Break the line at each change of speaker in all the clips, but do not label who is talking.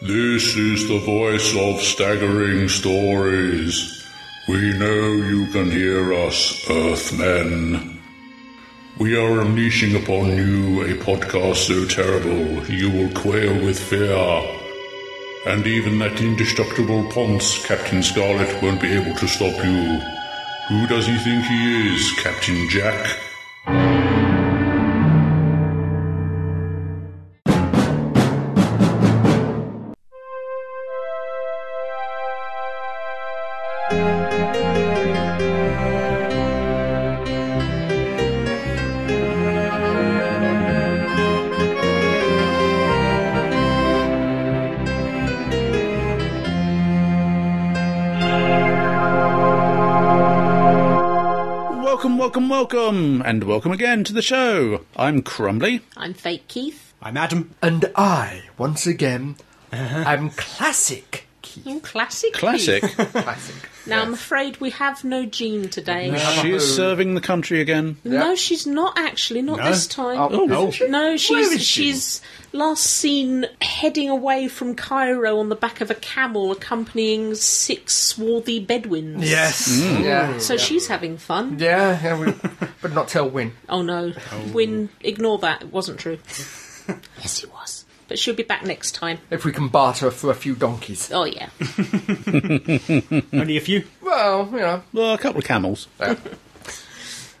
This is the voice of staggering stories. We know you can hear us, Earthmen. We are unleashing upon you a podcast so terrible you will quail with fear. And even that indestructible Ponce, Captain Scarlet, won't be able to stop you. Who does he think he is, Captain Jack?
Welcome, welcome, welcome, and welcome again to the show. I'm Crumbly.
I'm fake Keith.
I'm Adam.
And I, once again, am classic. Keith.
I'm classic.
Classic.
Keith.
Classic.
Now I'm afraid we have no Jean today.
she is serving the country again.
No, she's not actually. Not
No?
this time.
Oh,
no.
No, she's
Where is she?
she's last seen heading away from Cairo on the back of a camel, accompanying six swarthy Bedouins.
Yes.
Mm.
Yeah.
So she's having fun.
Yeah, yeah we, but not tell when.
Oh no, Win, ignore that. It wasn't true. yes, it was. But she'll be back next time.
If we can barter for a few donkeys.
Oh yeah.
Only a few.
Well, you know.
Well, a couple of camels.
Yeah.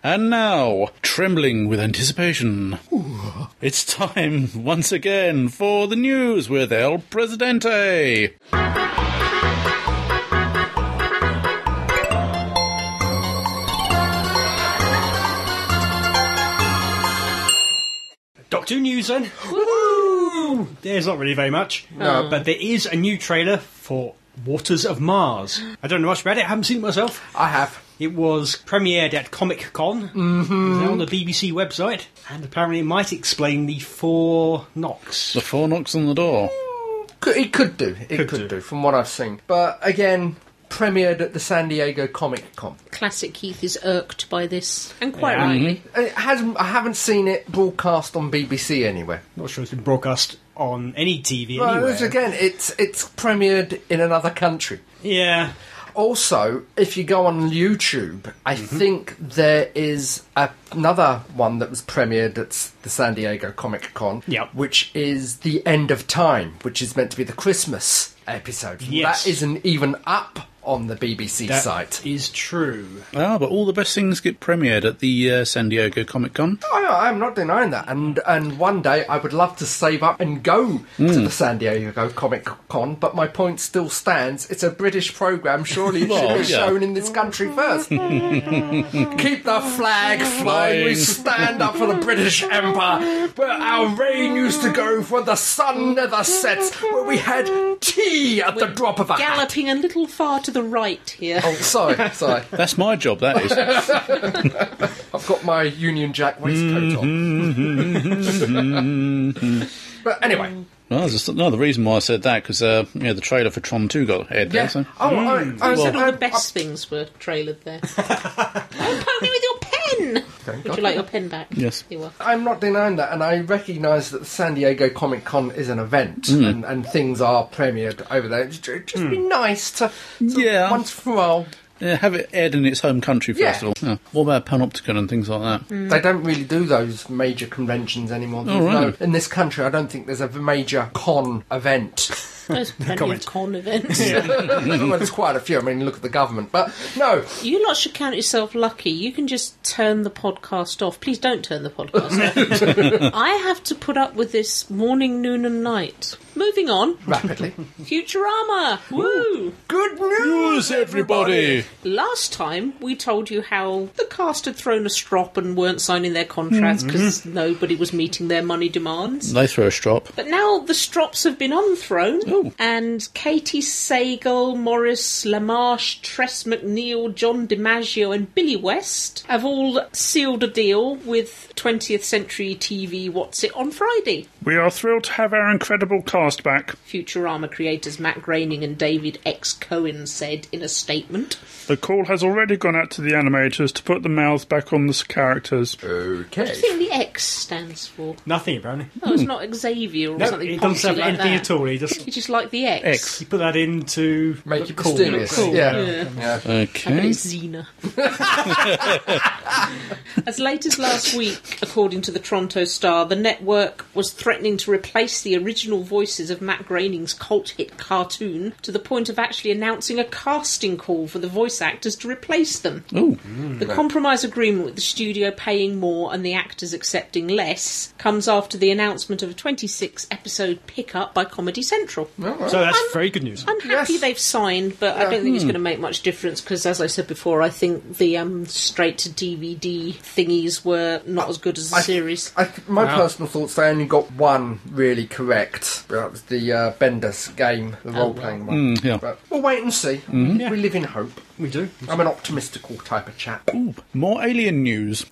And now, trembling with anticipation, it's time once again for the news with El Presidente.
Doctor Who news then. There's not really very much.
No.
But there is a new trailer for Waters of Mars. I don't know much about it, I haven't seen it myself.
I have.
It was premiered at Comic Con mm-hmm. on the BBC website, and apparently it might explain the four knocks.
The four knocks on the door.
Could, it could do. It could,
do.
do. from what I've seen. But again, premiered at the San Diego Comic Con.
Classic Keith is irked by this, and quite
Yeah.
rightly.
It hasn't. I haven't seen it broadcast on BBC anywhere.
Not sure it's been broadcast on any TV
But
anywhere.
it's- again, it's it's premiered in another country.
Yeah.
Also, if you go on YouTube, I
Mm-hmm.
think there is a, another one that was premiered at s- the San Diego Comic Con,
Yep.
which is The End of Time, which is meant to be the Christmas episode.
Yes.
That isn't even up on the BBC
that
site.
is true.
Ah, but all the best things get premiered at the uh, San Diego Comic Con.
Oh, I, I'm not denying that, and and one day I would love to save up and go to
Hmm.
the San Diego Comic Con, but my point still stands. It's a British program. Surely it
Well,
should be
yeah.
shown in this country first. Keep the flag flying.
Flying.
We stand up for the British Empire, where our reign used to go for the sun never sets, where we had tea at the drop of a hat.
Galloping a little far to the right here.
Oh, sorry, sorry.
That's my job, that is.
I've got my Union Jack waistcoat on. but anyway.
Well, there's just another reason why I said that because uh, you know, the trailer for Tron 2 got aired there.
Yeah.
So.
Oh, I, I
Said
said
all the
I,
best things were trailered there. Don't poke me with your pen! Would you like your pen back?
Yes.
You are.
I'm not denying that, and I recognise that the San Diego Comic Con is an event, and, and things are premiered over there. It'd ju- just be nice to, to
Yeah.
once for a while.
Yeah, have it aired in its home country first
Yeah. Mm.
of all. Yeah. What about Panopticon and things like that?
They don't really do those major conventions anymore. There's
really?
no, in this country, I don't think there's a major con event.
There's plenty of
Comment.
con events.
well, there's quite a few. I mean, look at the government, but no,
You lot should count yourself lucky. You can just turn the podcast off. Please don't turn the podcast off. I have to put up with this morning, noon, and night. Moving on.
rapidly.
Futurama! Woo!
Good news,
everybody!
Last time we told you how the cast had thrown a strop and weren't signing their contracts because nobody was meeting their money demands.
They throw a strop.
But now the strops have been unthrown,
Ooh.
and Katie Sagal, Morris Lamarche, Tress McNeil, John DiMaggio, and Billy West have all sealed a deal with 20th Century TV What's It on Friday.
We are thrilled to have our incredible cast
cast back.
Futurama creators Matt Groening and David X. Cohen said in a statement.
The call has already gone out to the animators to put the mouths back on the s- characters.
Okay.
I think the X stands for.
Nothing, apparently.
Oh, it's not Xavier or
No,
something.
it doesn't
punchy
have
like
anything
that.
at all. He just
You just like the X.
X.
you put that in to
Make
look
it
cool.
mysterious.
Cool.
Yeah.
Yeah.
yeah.
I bet
Okay.
it's Xena. as late as last week, according to the Toronto Star, the network was threatening to replace the original voices of Matt Groening's cult hit cartoon to the point of actually announcing a casting call for the voice actors to replace them.
Ooh.
The compromise agreement with the studio paying more and the actors accepting less comes after the announcement of a 26 episode pickup by Comedy Central.
So that's very good news.
I'm happy
Yes.
they've signed, but I don't think
Hmm.
it's going to make much difference because, as I said before, I think the um, straight to DVD thingies were not as good as the
I-
series.
I th- my personal thoughts, they only got one really correct. That was the uh, Bendis game,
Oh,
the role playing one.
yeah.
But we'll wait and see. We live in hope.
We do.
I'm an optimistical type of chap.
Ooh, more alien news.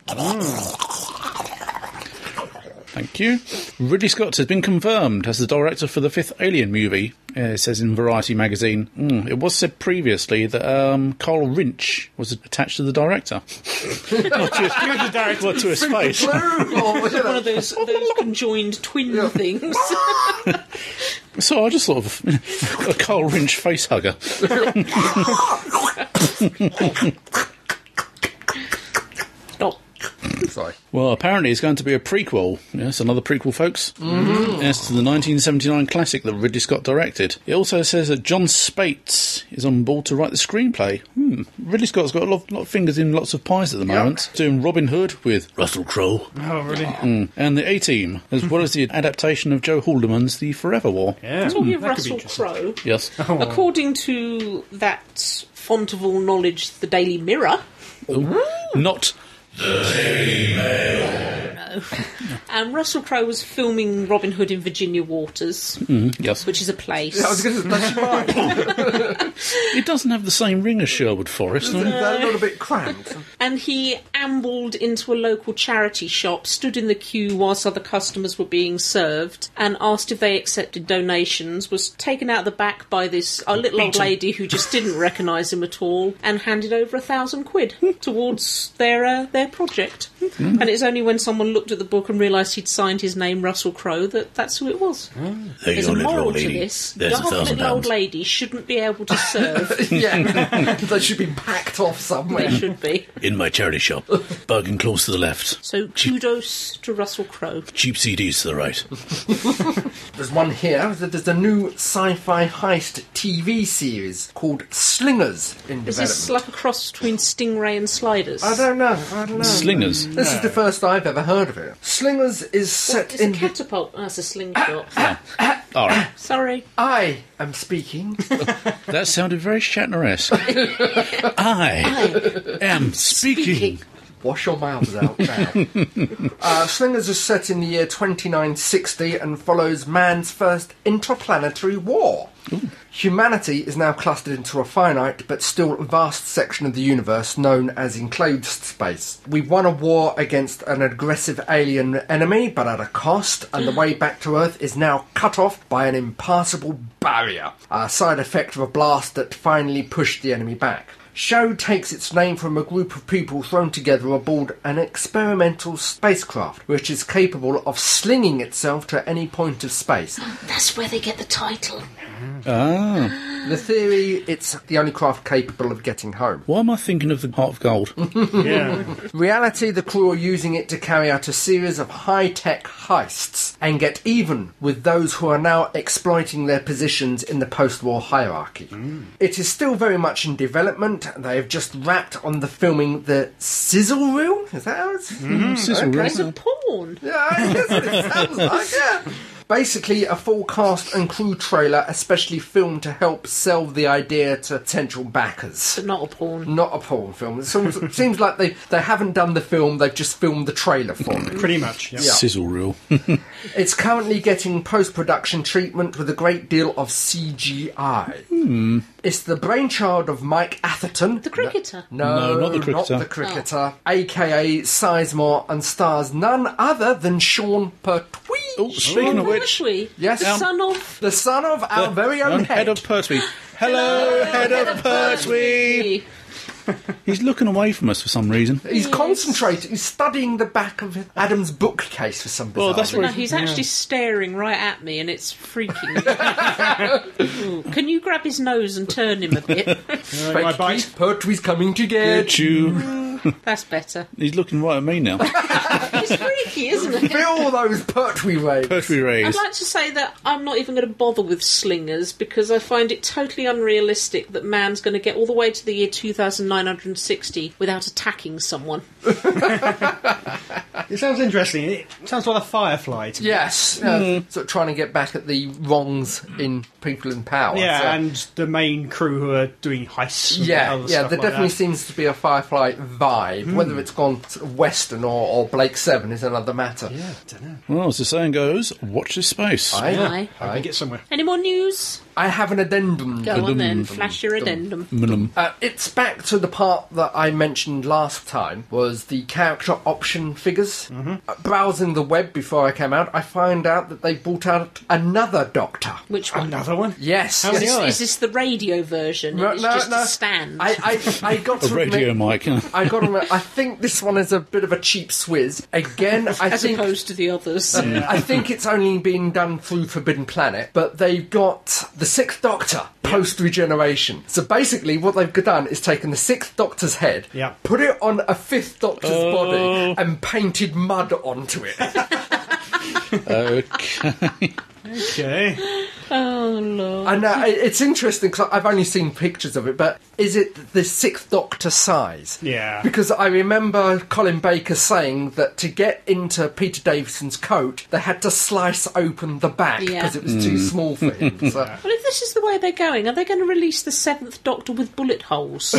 Thank you. Ridley Scott has been confirmed as the director for the fifth Alien movie. Uh, it says in Variety magazine. Mm, it was said previously that um, Carl Rinch was attached to the director. not to his, well, to his face.
One of those, those conjoined twin things.
So I just sort of a Carl Rinch face hugger.
not
Sorry.
Well, apparently it's going to be a prequel. Yes, another prequel, folks.
Mm-hmm.
Yes, to the 1979 classic that Ridley Scott directed. It also says that John Spates is on board to write the screenplay. Hmm. Ridley Scott's got a lot, lot of fingers in lots of pies at the moment. Doing Robin Hood with Russell Crowe
Mm.
Hmm.
Oh, really?
and the A Team, as well as the adaptation of Joe Haldeman's The Forever War.
Yeah. Hmm.
talking of
That could be
Russell
interesting.
Crowe.
Yes.
According to that font of all knowledge, the Daily Mirror,
Not.
um, Russell Crowe was filming Robin Hood in Virginia Waters,
Hmm.
Yes.
which is a place.
I was going to that's fine.
It doesn't have the same ring as Sherwood Forest. no?
They're a little bit cramped.
and he ambled into a local charity shop, stood in the queue whilst other customers were being served, and asked if they accepted donations. Was taken out the back by this a little old lady who just didn't recognise him at all, and handed over a thousand quid towards their uh, their project. And it's only when someone looked at the book and realised he'd signed his name, Russell Crowe, that that's who it was. There's a moral to this: the little old lady shouldn't be able to serve.
yeah. they should be packed off somewhere.
they should be.
In my charity shop. Bargain clause to the left.
So kudos to Russell Crowe.
Cheap CDs to the right.
There's one here. that There's a new sci-fi heist TV series called Slingers in
Is
development.
this like a cross between Stingray and Sliders?
I don't know. I don't know.
Slingers.
This is the first I've ever heard of it. Slingers is set
It's a
in. Ah,
catapult. Oh, it's a slingshot.
All right.
Sorry.
I am speaking.
That sounded very Shatner-esque.
Oh,
I am speaking.
Wash your mouths out now. uh, Slingers is set in the year 2960 and follows man's first interplanetary war. Humanity is now clustered into a finite but still vast section of the universe known as enclosed space. We won a war against an aggressive alien enemy, but at a cost, and the way back to Earth is now cut off by an impassable barrier, a side effect of a blast that finally pushed the enemy back. Show takes its name from a group of people thrown together aboard an experimental spacecraft, which is capable of slinging itself to any point of space.
That's where they get the title.
Ah.
The theory, it's the only craft capable of getting home.
Why am I thinking of the Heart of Gold?
Mm-hmm.
Yeah.
Reality, the crew are using it to carry out a series of high tech heists and get even with those who are now exploiting their positions in the post war hierarchy. It is still very much in development. They have just wrapped on the filming the sizzle reel. Is that how it's?
Sizzle
Okay.
reel.
It's a
Mm-hmm.
porn.
Yeah, I guess it sounds like yeah. Basically, a full cast and crew trailer, especially filmed to help sell the idea to potential backers.
But not a porn.
Not a porn film. It seems, it seems like they, they haven't done the film, they've just filmed the trailer for it.
Pretty much. Yeah.
Sizzle reel.
It's currently getting post production treatment with a great deal of CGI.
Hmm.
It's the brainchild of Mike Atherton.
The cricketer.
No,
No, not the cricketer.
the cricketer, aka Sizemore, and stars none other than Sean Pertwee.
Oh, speaking of which,
Pertwee,
Yes. um,
the son of
The son of our very own
on
head.
head of Pertwee. Hello, head of
uh,
Pertwee. He's looking away from us for some reason.
He's concentrating. He's studying the back of Adam's bookcase for some bizarre
Well, that's
reason.
where
No, he's actually staring right at me, and it's freaking. me. Ooh, Can you grab his nose and turn him a bit?
Uh, I bite.
Pertwee's coming to get you.
Chew.
That's better.
He's looking right at me now.
It's freaky, isn't it?
Feel those Pertwee waves.
Pertwee
I'd
raised.
like to say that I'm not even going to bother with slingers because I find it totally unrealistic that man's going to get all the way to the year 2960 without attacking someone.
It sounds interesting. It sounds like a firefly to me.
Yes. yeah,
Hmm.
Sort of trying to get back at the wrongs in people in power.
Yeah,
so-
and the main crew who are doing heists. And
yeah,
other
yeah.
stuff
There
like
definitely
that. Hmm.
seems to be a Firefly vibe. Whether it's gone sort of Western or, or Blake Seven is another matter.
Yeah, I don't know.
Well, as the saying goes, watch this space.
I,
Aye.
I can get somewhere.
Any more news?
I have an addendum.
Go on then, flash your addendum.
Minimum.
Uh, it's back to the part that I mentioned last time was the character option figures. Uh, browsing the web before I came out, I find out that they brought out another Doctor.
Which one?
Another one?
Yes,
How many
yes.
are there?
Is this the radio version?
No,
it's
no,
just
no.
a stand.
I, I, I got
A
to
radio mic.
admit-
huh?
I got. To admit, I think this one is a bit of a cheap swizz. Again, I
as
think
opposed to the others.
I think it's only been done through Forbidden Planet, but they've got the Sixth Doctor post regeneration. So basically, what they've done is taken the Sixth Doctor's head,
Yeah.
put it on a Fifth Doctor's
Oh.
body, and painted mud onto it.
okay.
Okay.
Oh lord!
and uh, it- it's interesting because I've only seen pictures of it, but is it the Sixth Doctor size?
Yeah.
Because I remember Colin Baker saying that to get into Peter Davison's coat, they had to slice open the back
Yeah.
because it was too small for him. So.
Well, if this is the way they're going, are they going to release the Seventh Doctor with bullet holes?
Do?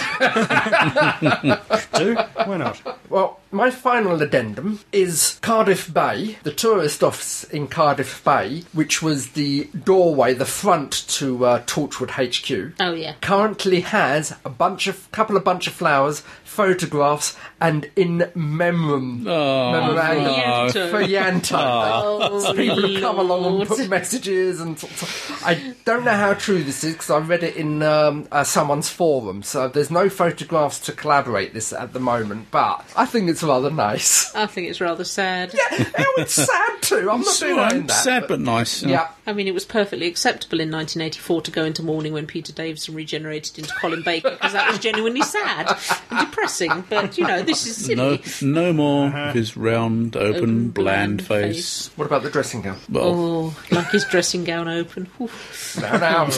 Why not?
Well, my final addendum is Cardiff Bay, the tourist office in Cardiff Bay, which was the doorway, the front to uh, Torchwood HQ.
Oh, yeah.
Currently has a bunch of couple of bunch of flowers, photographs, and in memoriam memoranda
no.
for Yanto.
Oh,
People have come along and
Lord.
put messages and. sort of- I don't know how true this is because I read it in um, uh, someone's forum, so there's no photographs to collaborate this at the moment. But I think it's rather nice.
I think it's rather sad.
oh, it's sad too. I'm not doing
Alright,
that.
sad
but-
but nice.
yeah.
I mean, it was perfectly acceptable in 1984 to go into mourning when Peter Davison regenerated into Colin Baker because that was genuinely sad and depressing. But you know, this is silly.
No, no more of his round, open,
Open,
bland
bland
face.
What about the dressing gown?
Well,
Oh, like his dressing gown open. Oof,
Now, now,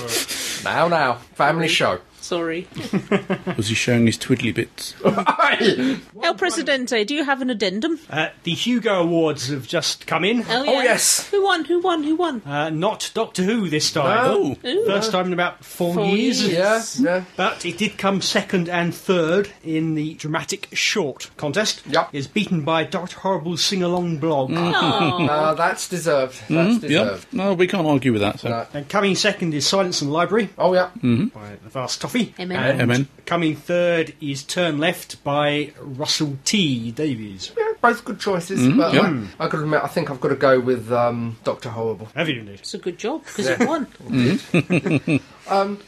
now, now. Family show.
sorry. Oh.
was he showing his twiddly bits?
Aye.
El Presidente, do you have an addendum?
Uh, the Hugo Awards have just come in.
Oh,
yes.
Who won? Who won? Who won?
Uh, not Doctor Who this time.
Oh,
Ooh.
First time in about four,
Four
years.
years.
yeah, yeah.
But it did come second and third in the dramatic short contest.
Yep.
Is beaten by Doctor Horrible's sing along blog. Mm.
Oh,
Uh, that's deserved. That's
yeah.
deserved.
No, we can't argue with that. So.
No.
And coming second is Silence in the Library
Oh yeah.
by The Vast Toffee.
Amen.
And
Amen.
Coming third is Turn Left by Russell T. Davies.
Yeah, both good choices, but uh,
yeah.
I, I got to admit, I think I've got to go with um, Doctor Horrible.
Have you indeed?
It's a good job because it won.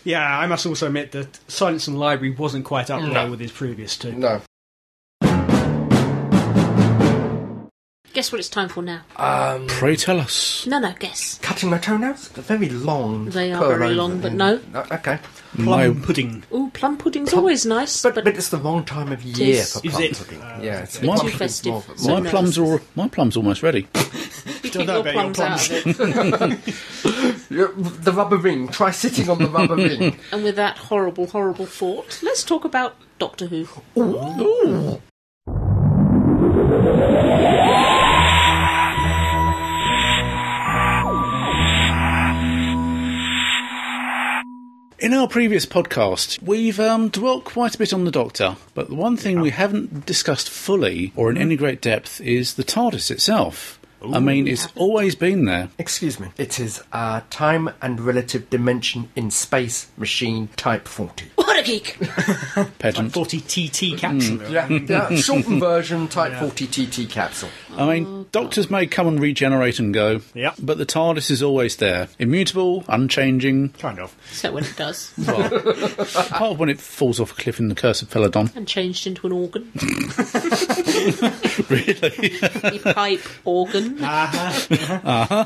Yeah, I must also admit that Silence in the Library wasn't quite up there with his previous two.
No.
Guess what it's time for now?
Um,
Pray tell us.
No, no, guess.
cutting my toenails? They're very long.
They are
curl
very
over
long, but
them.
no.
Okay.
Plum pudding.
Ooh, plum pudding's always nice,
But,
but,
but it's the wrong time of year
Is-
for
is
plum
it?
pudding.
Uh,
yeah, it's
My-
plum
Too
pudding's
festive.
more of a-
So
more-
My
nervous.
plum's are my plum's almost ready.
you
Don't
keep
know
your
about your
plums out of it.
Yeah, The rubber ring. Try sitting on the rubber ring.
and with that horrible, horrible thought, let's talk about Doctor Who.
In our previous podcast, we've um, dwelt quite a bit on the Doctor, but the one thing we haven't discussed fully or in any great depth is the TARDIS itself. I mean, it's always been there.
Excuse me. It is a time and relative dimension in space machine type 40.
What a geek!
Pedant.
40 TT capsule.
Yeah, yeah, shortened version, Type 40TT capsule.
I mean,
Oh,
doctors may come and regenerate and go,
Yep.
but the TARDIS is always there. Immutable, unchanging,
Kind of.
Except when it does.
apart from when it falls off a cliff in the Curse of Peladon.
And changed into an organ.
really?
A pipe organ.
Ah.
Uh-huh.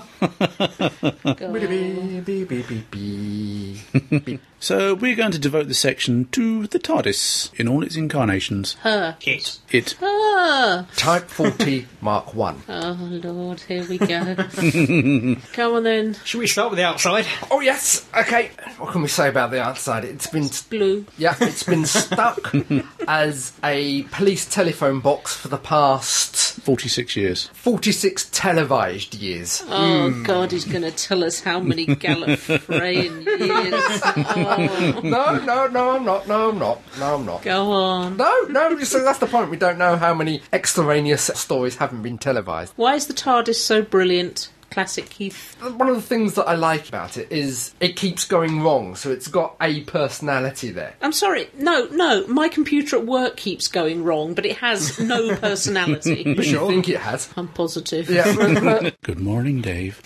Beep, beep, beep, beep, beep.
So we're going to devote this section to the TARDIS in all its incarnations.
It.
It.
Ah,
Type 40 Mark 1.
oh, Lord, here we go. Come on then.
Should we start with the outside?
Oh, yes, okay. What can we say about the outside? It's been.
Blue.
Yeah, it's been stuck as a police telephone box for the past
46 years.
46 televised years.
Oh,
Hmm.
God, he's going to tell us how many Gallifreyan years. Oh,
No, no, no, I'm not. No, I'm not. No, I'm not.
go on.
No, no, you see, that's the point. We don't know how many extraneous stories haven't been televised.
Why is the TARDIS so brilliant? Classic Keith.
One of the things that I like about it is it keeps going wrong, so it's got a personality there.
I'm sorry. No, no. My computer at work keeps going wrong, but it has no personality.
You think it has.
I'm positive.
Yeah, but- but
Good morning, Dave.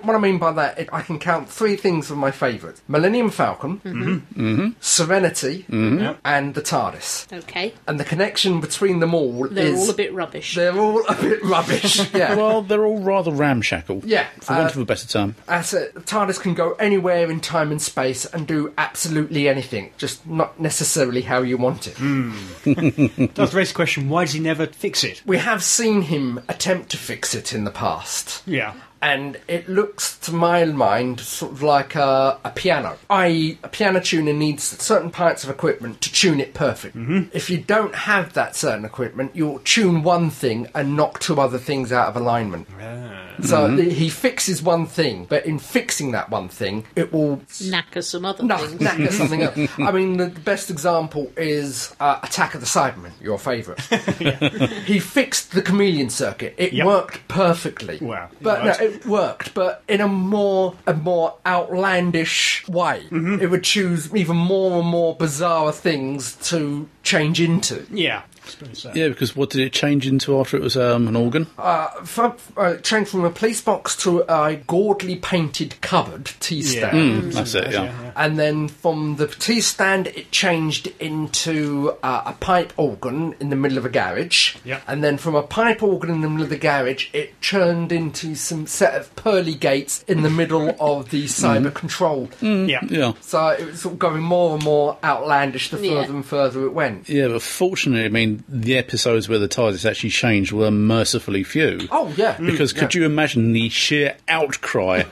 What I mean by that, it, I can count three things of my favourites: Millennium Falcon,
Mm-hmm.
Serenity, and the TARDIS.
Okay.
And the connection between them all
They're
is
all a bit rubbish.
they're all a bit rubbish. Yeah.
Well, they're all rather ramshackle.
Yeah,
For
uh,
want of a better term.
That's it. The TARDIS can go anywhere in time and space and do absolutely anything, just not necessarily how you want it.
Mm.
Does raise the question, why does he never fix it?
We have seen him attempt to fix it in the past.
Yeah.
and it looks to my mind sort of like a, a piano. I a piano tuner needs certain parts of equipment to tune it perfect. If you don't have that certain equipment, you'll tune one thing and knock two other things out of alignment. So th- he fixes one thing, but in fixing that one thing, it will
Knacker some other
no,
things.
that gets something else. I mean, the best example is uh, Attack of the Cybermen, your favourite. He fixed the chameleon circuit. It
Yep.
worked perfectly.
Wow.
But
Right.
no, it worked, but in a more a more outlandish way.
Mm-hmm.
It would choose even more and more bizarre things to change into.
Yeah. I suppose so.
Yeah, because what did it change into after it was um, an organ?
From, uh, changed from a police box to a gaudily painted cupboard tea
Yeah.
stand.
That's it, yeah.
And then from the tea stand, it changed into uh, a pipe organ in the middle of a garage.
Yep.
And then from a pipe organ in the middle of the garage, it turned into some set of pearly gates in the middle of the
Mm.
cyber control.
Yeah.
Yeah.
So it was sort of going more and more outlandish the
Yeah.
further and further it went.
Yeah, but fortunately, I mean, the episodes where the TARDIS actually changed were mercifully few.
Oh, yeah.
Because could you imagine the sheer outcry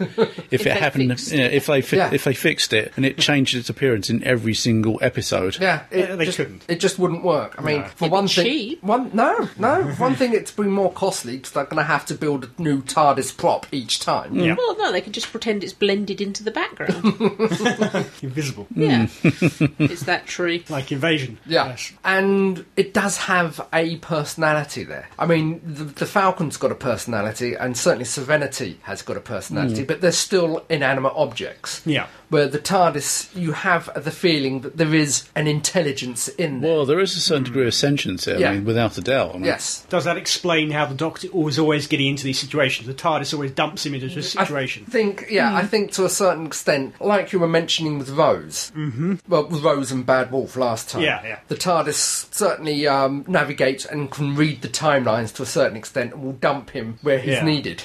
if, it
they
happened?
fixed
yeah, if they fi-
Yeah.
if they fixed it and it changed its appearance in every single episode.
Yeah, it
Yeah, they
just,
couldn't.
It just wouldn't work. I mean, for
It'd be
one thing,
cheap.
one no, no, for one thing, it's been more costly because they're going to have to build a new TARDIS prop each time.
Yeah.
Well, no, they can just pretend it's blended into the background.
Invisible.
yeah. Is that true?
Like invasion.
Yeah.
Yes.
And it does have a personality there. I mean, the, the Falcon's got a personality, and certainly Serenity has got a personality, but they're still inanimate objects.
Mm. Yeah.
Where the TARDIS, you have the feeling that there is an intelligence in there.
Well, there is a certain degree of sentience there,
Yeah.
I mean, without a doubt. I mean,
yes.
Does that explain how the Doctor was always getting into these situations? The TARDIS always dumps him into a situation.
I think, yeah,
Mm.
I think to a certain extent, like you were mentioning with Rose, mm-hmm. well, with Rose and Bad Wolf last time.
Yeah, yeah.
The TARDIS certainly um, navigates and can read the timelines to a certain extent and will dump him where he's
Yeah.
needed.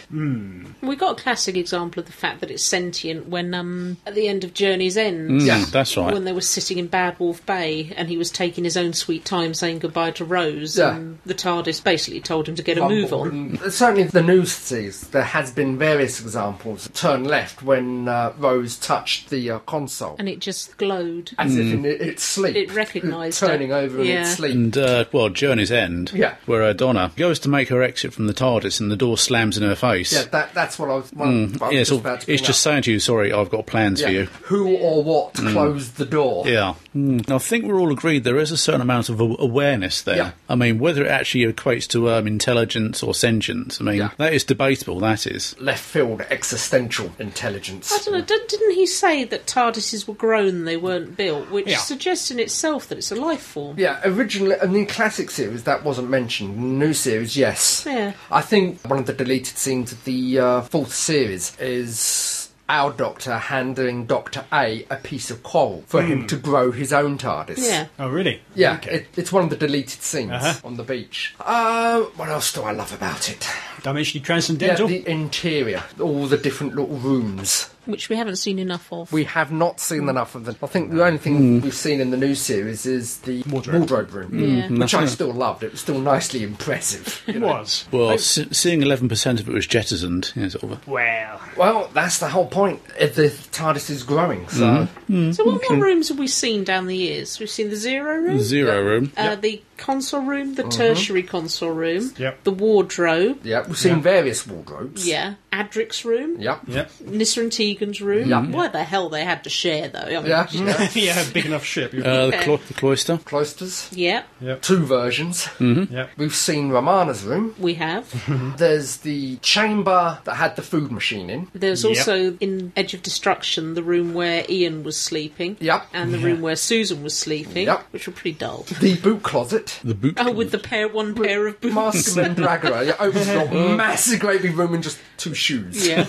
We got a classic example of the fact that it's sentient when, um, at the end of Journey's End,
Yeah.
mm, Hmm. That's right.
when they were sitting in Bad Wolf Bay and he was taking his own sweet time saying goodbye to Rose,
Yeah.
and the TARDIS basically told him to get a move on.
Mm, Certainly, the news sees there has been various examples. Turn left when uh, Rose touched the uh, console,
And it just glowed.
as
Mm.
if in i- its sleep.
It recognised
turning
her.
over in its
Yeah.
sleep.
And, uh, well, Journey's End,
Yeah.
where uh, Donna goes to make her exit from the TARDIS and the door slams in her face.
Yeah, that, that's what I was. Well, I was
Mm. Yeah,
just
it's, all-
about to
it's
bring
just
up.
saying to you, sorry, I've got plans for
Yeah.
you. do.
who or what closed the door.
Yeah. Now, Hmm. I think we're all agreed there is a certain amount of a- awareness there.
Yeah.
I mean, whether it actually equates to um, intelligence or sentience, I mean,
Yeah.
that is debatable, that is.
Left field existential
I
intelligence.
don't know. did- Didn't he say that TARDISes were grown, they weren't built, which
Yeah.
suggests in itself that it's a life form.
Yeah, originally, and in classic series that wasn't mentioned. New series, yes.
Yeah.
I think one of the deleted scenes of the uh, fourth series is our doctor handing Doctor A a piece of coral for him to grow his own TARDIS.
Yeah.
Oh, really? Hmm.
Yeah,
Okay.
it, it's one of the deleted scenes
Uh-huh.
on the beach. Uh, what else do I love about it?
Dimensionally
Yeah,
transcendental.
the interior, all the different little rooms.
Which we haven't seen enough of.
We have not seen enough of them. I think the only thing we've seen in the new series is the wardrobe, room,
Mm. Yeah.
which I still loved. It was still nicely impressive. you
it
know.
was.
Well, se- seeing 11% of it was jettisoned, yeah, sort of.
Well,
Well, that's the whole point. Uh, The TARDIS is growing, so
so, what, what rooms have we seen down the years? We've seen the zero room,
Zero room.
uh, the console room, the tertiary console room,
Yep.
the wardrobe,
yeah, we've seen various wardrobes.
yeah, Adric's room,
Yep.
yep.
Nissa and Tegan's room. Why the hell they had to share though? I mean,
Yeah. yeah.
yeah, big enough ship. you-
Uh, the,
Okay.
clo- the cloister.
Cloisters.
yeah,
Two versions.
Yep.
We've seen Romana's room.
we have.
There's the chamber that had the food machine in.
There's
Yep.
also in Edge of Destruction the room where Ian was sleeping.
Yep.
And the room where Susan was sleeping,
Yep.
which were pretty dull.
The boot closet.
The boot.
Oh, with the pair, one pair of boots.
Mask and Dragora. It opens up a massive great big room and just two shoes.
Yeah.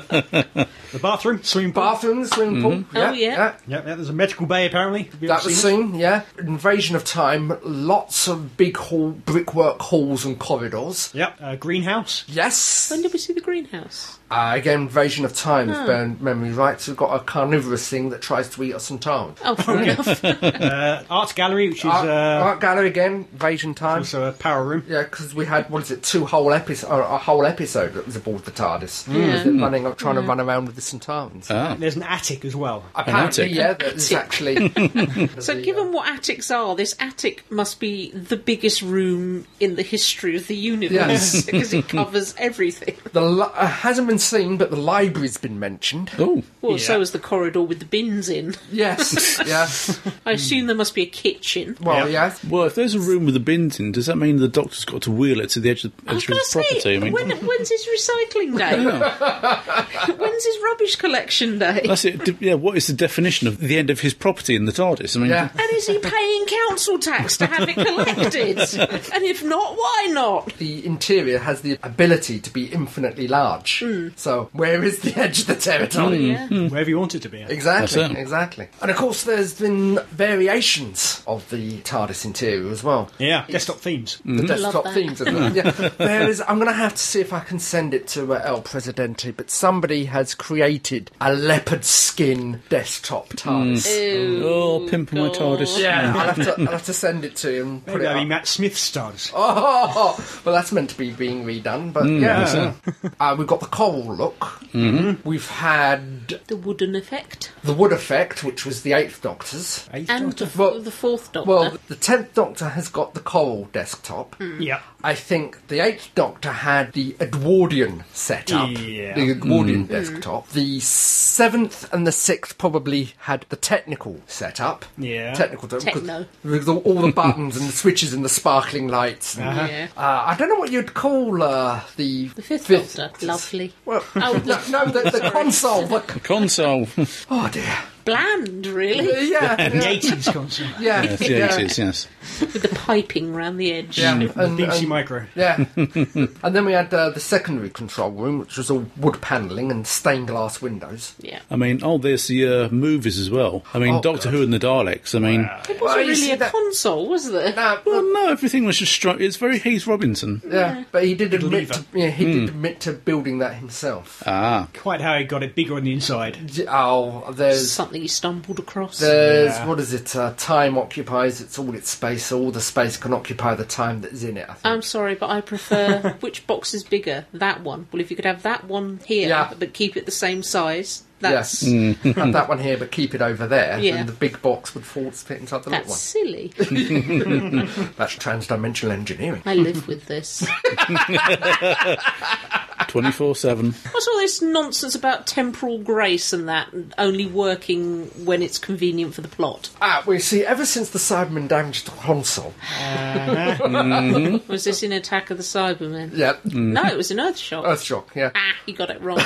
The bathroom, swimming pool.
Bathroom, swimming pool.
Oh, yeah.
Yep, yeah, there's a medical bay apparently. Have you
That
ever
was
seen it?
seen, yeah. Invasion of Time, lots of big hall, brickwork halls and corridors.
Yep, uh, greenhouse.
Yes.
When did we see the greenhouse?
Uh, again, Invasion of Time, if burn memory right. We've got a carnivorous thing that tries to eat us in town.
Oh, fair enough.
Uh, art gallery, which is
Oh.
Art,
uh,
art gallery again, Invasion Time.
also a power room.
Yeah, because we had what is it, two whole episode, a whole episode that was aboard the TARDIS, Was
Mm.
it running, trying to run around with the Centaurans.
Ah.
There's an attic as well.
Apparently,
attic.
yeah, that's actually.
So, given what attics are, this attic must be the biggest room in the history of the universe
Yes.
because it covers everything.
The li- uh, hasn't been seen, but the library's been mentioned.
Oh,
Well,
Yeah.
so is the corridor with the bins in.
Yes, yeah.
I assume there must be a kitchen.
Well,
Yeah.
yeah.
well, if there's a room with a bins in, does that mean the doctor's got to wheel it to the edge of,
I was
edge of
going
his
to
property?
say,
I mean,
when, when's his recycling day? when's his rubbish collection day?
that's it. D- Yeah, what is the definition of the end of his property in the TARDIS? I mean,
Yeah.
and is he paying council tax to have it collected? and if not, why not?
The interior has the ability to be infinitely large. So, where is the edge of the territory?
Hmm. Yeah.
Wherever you want Hmm. it to be.
Exactly,
That's it.
exactly. And of course, there's been variations of the TARDIS interior as well.
Yeah, desktop themes.
The desktop
that.
themes. Isn't it? yeah, there is. I'm going to have to see if I can send it to uh, El Presidente, but somebody has created a leopard skin desktop
Hmm.
TARDIS.
Eh.
oh, pimp my TARDIS.
Yeah, I'll have, to, I'll have to send it to you and put
Maybe that'd
it
be
up.
Matt Smith stars.
Oh, well, that's meant to be being redone, but
Mm,
yeah. Uh, we've got the coral look. Mm-hmm. We've had
The wooden effect.
the wood effect, which was the Eighth Doctor's.
Eighth
And the,
Doctor.
f-
Well-
the fourth doctor. Mm.
Well, the Tenth Doctor has got the coral desktop.
yeah.
I think the Eighth Doctor had the Edwardian setup,
Yeah. Mm.
the Edwardian desktop. The Seventh and the Sixth probably had the technical setup.
Yeah.
technical because-
Techno.
With all all the buttons and the switches and the sparkling lights.
Uh-huh.
and-
yeah.
Uh, I don't know what you'd call uh, the,
The fifth, doctor. Lovely.
Well,
Oh,
no,
look.
no, the, the console. the c-
Console.
oh dear.
Bland,
Yeah,
really,
yeah,
The
yeah.
80s concert.
yes, yeah, it is, yes.
with the piping round the edge.
Yeah,
The
and-
BBC
and-
Micro.
Yeah. and then we had uh, the secondary control room, which was all wood panelling and stained glass windows.
Yeah.
I mean, oh, there's the uh, movies as well. I mean,
Oh,
Doctor
God.
Who and the Daleks. I mean,
It wasn't
Well, you see
really a
that-
console, was there?
Now,
well, no, everything was just struck. It's very Hayes Robinson.
yeah, but he did admit.
lever.
To, yeah, he did admit to building that himself.
Ah,
Quite how he got it bigger on the inside.
D- oh, there's.
Something you stumbled across.
There's
Yeah.
what is it? Uh, time occupies it's all its space. So all the space can occupy the time that is in it. I think.
I'm sorry, but I prefer which box is bigger? That one. Well, if you could have that one here,
Yeah.
but keep it the same size,
Yes,
that's
have that one here, but keep it over there,
Yeah.
and the big box would fall fit inside the
that's
little
silly.
one. That's transdimensional engineering.
I live with this.
24 7.
What's all this nonsense about temporal grace and that, and only working when it's convenient for the plot?
Ah, we see, ever since the Cybermen damaged the console.
Was this in Attack of the Cybermen?
Yep.
No, it was in Earthshock.
Earthshock, yeah.
ah, he got it wrong.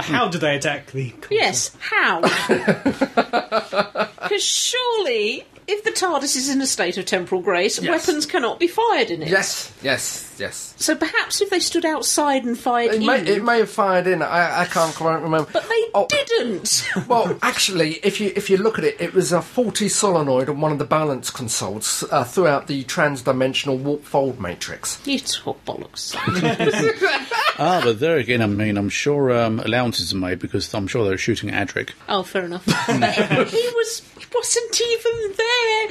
How do they attack the?
yes, how? Because surely, if the TARDIS is in a state of temporal grace,
Yes.
weapons cannot be fired in it.
Yes, yes, yes.
So perhaps if they stood outside and fired
It
in,
may, it may have fired in. I, I can't quite remember.
but they
Oh,
didn't.
Well, actually, if you if you look at it, it was a faulty solenoid on one of the balance consoles uh, throughout the trans-dimensional warp fold matrix.
you talk bollocks.
Ah, but there again, I mean, I'm sure um, allowances are made because I'm sure they're shooting Adric.
Oh, fair enough. he was he wasn't even there.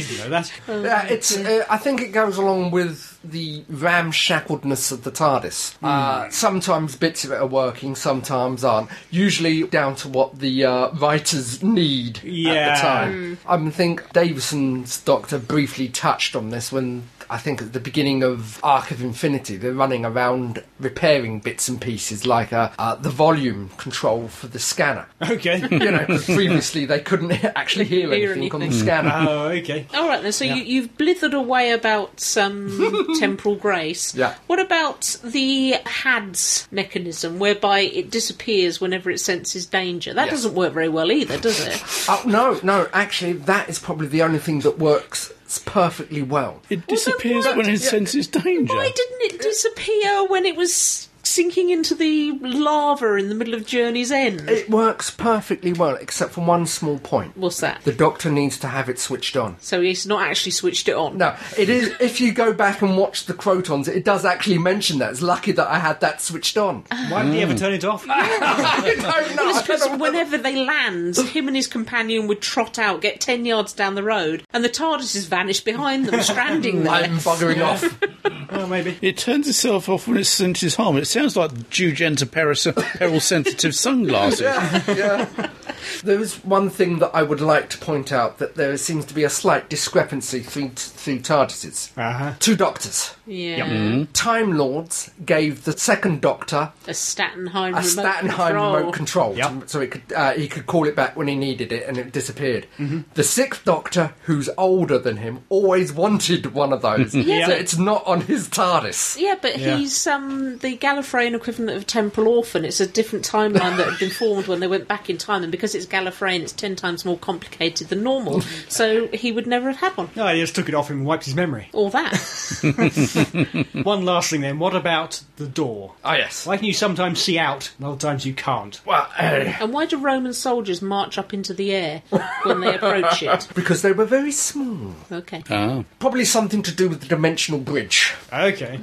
You know, that's
Yeah, it's. Uh, I think it goes along with the ramshackledness of the TARDIS.
Hmm.
Uh, sometimes bits of it are working, sometimes aren't. Usually down to what the uh, writers need at
Yeah.
the
Hmm.
time. I think Davison's doctor briefly touched on this when. I think at the beginning of Arc of Infinity, they're running around repairing bits and pieces like uh, uh, the volume control for the scanner.
okay.
You know, 'cause previously they couldn't actually hear,
Hear
anything, on the
anything. Ah.
scanner.
Oh, okay.
All right then. So you, you've blithered away about um, temporal grace.
Yeah.
What about the HADS mechanism, whereby it disappears whenever it senses danger? That
Yes.
doesn't work very well either, does it?
Oh no, no. Actually, that is probably the only thing that works s- perfectly well.
It disappears
why
when
did-
it senses danger.
Why didn't it disappear when it was sinking into the lava in the middle of Journey's End?
It works perfectly well, except for one small point.
What's that?
The doctor needs to have it switched on.
So he's not actually switched it on.
No, it is. If you go back and watch the Crotons, it does actually mention that. It's lucky that I had that switched on.
Why did he
Mm.
ever turn it off?
I don't know. I don't
Because
know whether-
whenever they land, him and his companion would trot out, get ten yards down the road, and the TARDIS has vanished behind them, stranding there.
I'm buggering off.
Oh, maybe.
It turns itself off when it senses harm. It sounds like Jugenta peril sensitive sunglasses.
There is one thing that I would like to point out that there seems to be a slight discrepancy through, through TARDISes.
Uh-huh.
Two doctors.
Yeah,
Mm-hmm. Time Lords gave the second Doctor
a Statenheim remote
a Statenheim
control.
remote control,
Yep.
to- so it could uh, he could call it back when he needed it, and it disappeared. The sixth Doctor, who's older than him, always wanted one of those, so it's not on his TARDIS.
Yeah, but
Yeah.
he's um, the Gallifreyan equivalent of Temple Orphan. It's a different timeline that had been formed when they went back in time, and because it's Gallifreyan, it's ten times more complicated than normal. so he would never have had one.
No, he just took it off him and wiped his memory.
Or that.
Mm.
One last thing then. What about the door?
Oh yes.
Why can you sometimes see out and other times you can't?
Well, eh,
and why do Roman soldiers march up into the air when they approach it?
because they were very small.
Okay.
Ah.
Probably something to do with the dimensional bridge.
Okay.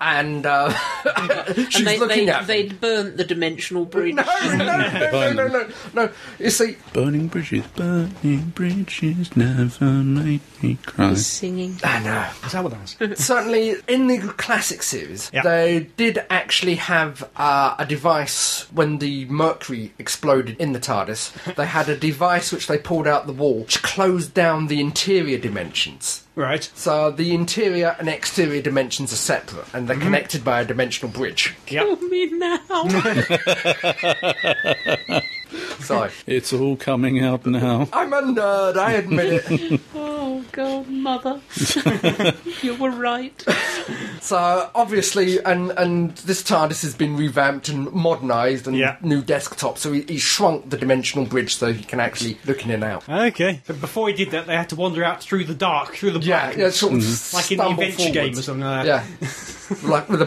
And uh, she's
and they,
looking
they,
at. me.
They'd burnt the dimensional bridge.
No, no, no, no, no, no, no. You see,
Burning bridges, burning bridges never make me cry.
Singing.
I know.
Is that what that was?
certainly in the classic series
Yeah.
they did actually have uh, a device when the mercury exploded in the tardis they had a device which they pulled out the wall which closed down the interior dimensions
right.
so the interior and exterior dimensions are separate and they're
Mm-hmm.
connected by a dimensional bridge
Yep.
Me now.
so
It's all coming out now.
i'm a nerd i admit it
oh, God, mother. you were right.
So obviously, and and this TARDIS has been revamped and modernised, and
Yeah.
new desktop. So he, he shrunk the dimensional bridge so he can actually look in and out.
Okay. But before he did that, they had to wander out through the dark, through the
Yeah,
black.
yeah, sort of
Like in the
stumble
adventure game or
forwards.
something like that.
Yeah, like with a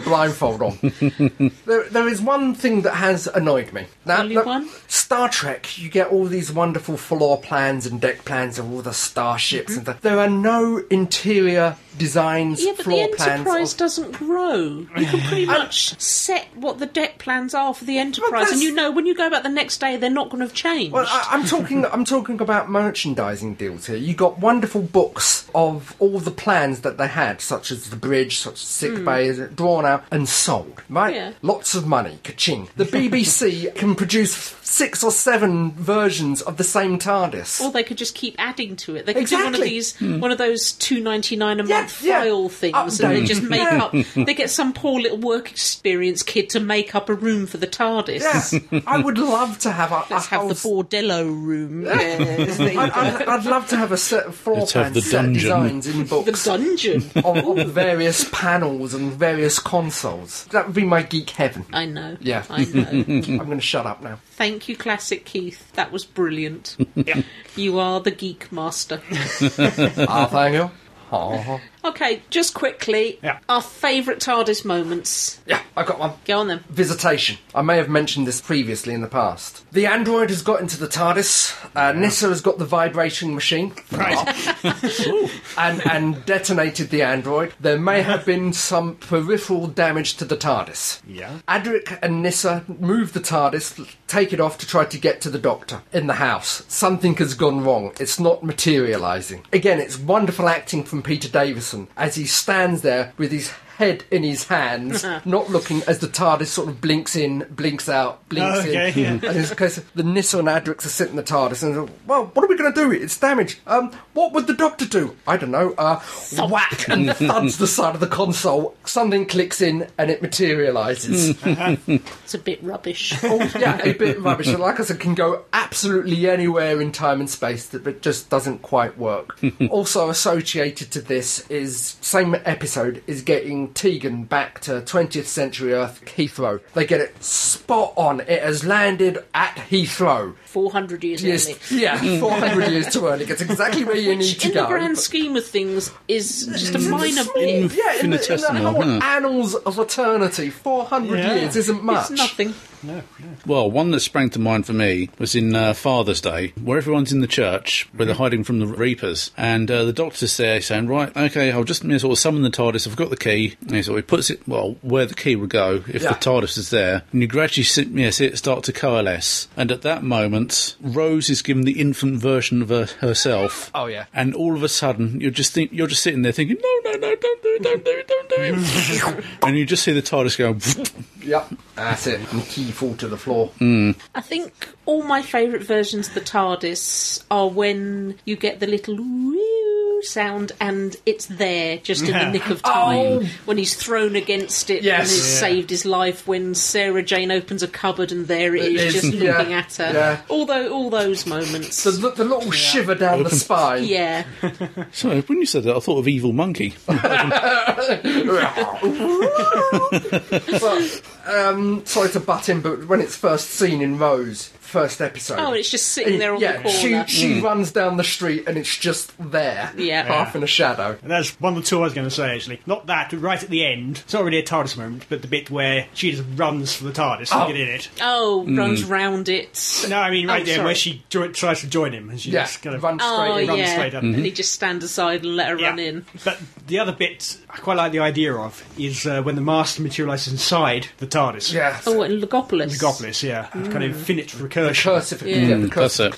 blindfold on. there, there is one thing that has annoyed me. Now,
Only
look,
one?
Star Trek, you get all these wonderful floor plans and deck plans of all the starships, and th- there are no interior designs,
Mm-hmm. Yeah, but the
floor plans.
Enterprise
of-
doesn't grow. You can pretty much set what the deck plans are for the Enterprise, and
that's-
you know when you go back the next day, they're not going to have changed.
Well, I, I'm talking. I'm talking about merchandising deals here. You got wonderful books of all the plans that they had, such as the bridge, such as sick bay, is drawn out and sold,
Hmm.
right?
Yeah.
Lots of money, ka-ching. The BBC can produce six or seven versions of the same TARDIS.
Or they could just keep adding to it. They could do one of
Exactly.
these, one of those two ninety nine a
Yeah,
month
yeah.
file things, and they
Update.
just make
Yeah.
up. They get some poor little work experience kid to make up a room for the TARDIS.
Yes, I would love to have a,
Let's
a
have the
house-
bordello room. Yes, there you
I'd,
go.
I'd, I'd love to have a set of floor
Let's have
plans,
the
set
dungeon.
designs in
the
books
dungeon.
on, on various panels and various consoles. That would be my geek heaven.
I know.
Yeah.
I know.
I'm going to shut up now.
Thank you, Classic Keith. That was brilliant. You are the geek master.
Ah, thank you. Oh.
okay, just quickly,
Yeah.
our favourite TARDIS moments.
Yeah, I got one.
Go on then.
Visitation. I may have mentioned this previously in the past. The android has got into the TARDIS. Uh, Nissa has got the vibrating machine and, and detonated the android. There may have been some peripheral damage to the TARDIS.
Yeah.
Adric and Nissa move the TARDIS, take it off to try to get to the doctor in the house. Something has gone wrong. It's not materialising. Again, it's wonderful acting from Peter Davison as he stands there with his head in his hands, not looking as the TARDIS sort of blinks in, blinks out, blinks
Okay,
in.
yeah.
And it's because the Nissa and Adrix are sitting in the TARDIS and they're, well, what are we going to do? It's damaged. Um, what would the doctor do? I don't know. Uh, whack and thuds the side of the console. Something clicks in and it
Hmm.
materialises.
It's a bit rubbish.
Oh, yeah, a bit rubbish. And Like I said, can go absolutely anywhere in time and space, that but just doesn't quite work. also associated to this is same episode is getting Tegan back to 20th century Earth Heathrow. They get it spot on. It has landed at Heathrow.
400 years early.
Yes, yeah, 400 years too early. It's exactly where you need to
In
go.
the grand
but-
scheme of things, is just a
It's a
minor
small-
bit.
yeah, in the, in the
Infinitesimal,
whole
isn't it?
annals of eternity, 400
Yeah.
years isn't much.
It's nothing.
Well, one that sprang to mind for me was in uh, Father's Day, where everyone's in the church, where they're hiding from the Reapers, and uh, the doctor's there saying, "Right, okay, I'll just you know, sort of summon the TARDIS. I've got the key." And he sort of puts it well where the key would go if
Yeah.
the TARDIS is there, and you gradually see, yeah, see it start to coalesce. And at that moment, Rose is given the infant version of her, herself.
Oh, yeah.
And all of a sudden, you're just think, you're just sitting there thinking, "No, no, no, don't do it, don't do it, don't do it," and you just see the TARDIS go.
Yep, that's it. And the key fall to the floor.
I think all my favourite versions of the TARDIS are when you get the little woo sound and it's there just in the nick of time when he's thrown against it and
Yes.
it's
Yeah.
saved his life when Sarah Jane opens a cupboard and there it
It
is,
is,
just
yeah,
looking at her.
yeah.
All, tho- all those moments.
The, the little shiver down the spine.
yeah.
So when you said that, I thought of Evil Monkey.
But, um, sorry to butt in, but when it's first seen in Rose, first episode.
Oh, it's just sitting there on
yeah,
the corner.
she she runs down the street and it's just there,
Yeah.
half in a shadow.
And that's one of the two I was going to say, actually. Not that, right at the end. It's not really a TARDIS moment, but the bit where she just runs for the TARDIS
Oh.
to get in it.
oh, runs round it.
No, I mean, right
Oh,
there,
sorry.
where she jo- tries to join him, and she
Yeah,
just kind of
run straight
Oh,
in.
run
yeah.
straight up.
And he just stand aside and let her run in.
But the other bit I quite like the idea of is uh, when the master materialises inside the TARDIS.
Yes. Mm.
Oh, and Legopolis.
Legopolis, yeah. Kind of infinite recursion.
cursive. Yeah, the cursive.
Mm, That's it.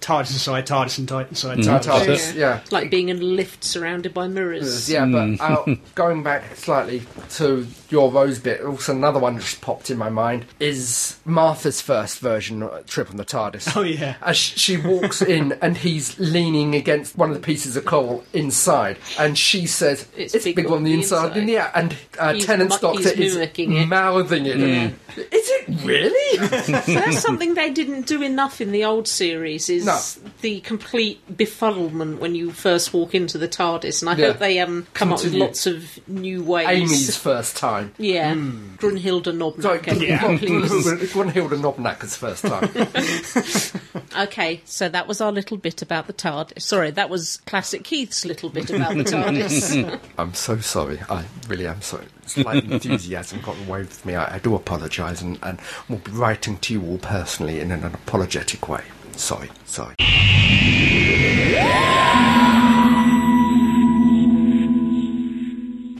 TARDIS inside, TARDIS and TARDIS inside,
That's
TARDIS.
how it is, yeah.
It's like being in a lift surrounded by mirrors.
Yeah, but uh, going back slightly to your Rose bit, also another one just popped in my mind is Martha's first version uh, trip on the TARDIS.
Oh, yeah.
As sh- she walks in and he's leaning against one of the pieces of coral inside, and she says,
It's
"It's,
big
big, one on the inside." And yeah, and uh,
He's
Tennant's
mu-
doctor
he's
is
mimicking it.
mouthing it. Is it really?
So that's something they didn't do enough in the old series is
No.
the complete befuddlement when you first walk into the TARDIS. And I
Yeah.
hope they um, come up with
Continue.
lots of new ways.
Amy's first time.
Yeah. Brunhilde
Sorry,
Knobnack.
yeah. Brunhilde Knobnacker's first time.
Okay, so that was our little bit about the TARDIS. Sorry, that was Classic Keith's little bit about the TARDIS.
I'm so sorry. I really am sorry. Slight enthusiasm got away with me. I, I do apologise and, and will be writing to you all personally in an apologetic way. Sorry, sorry.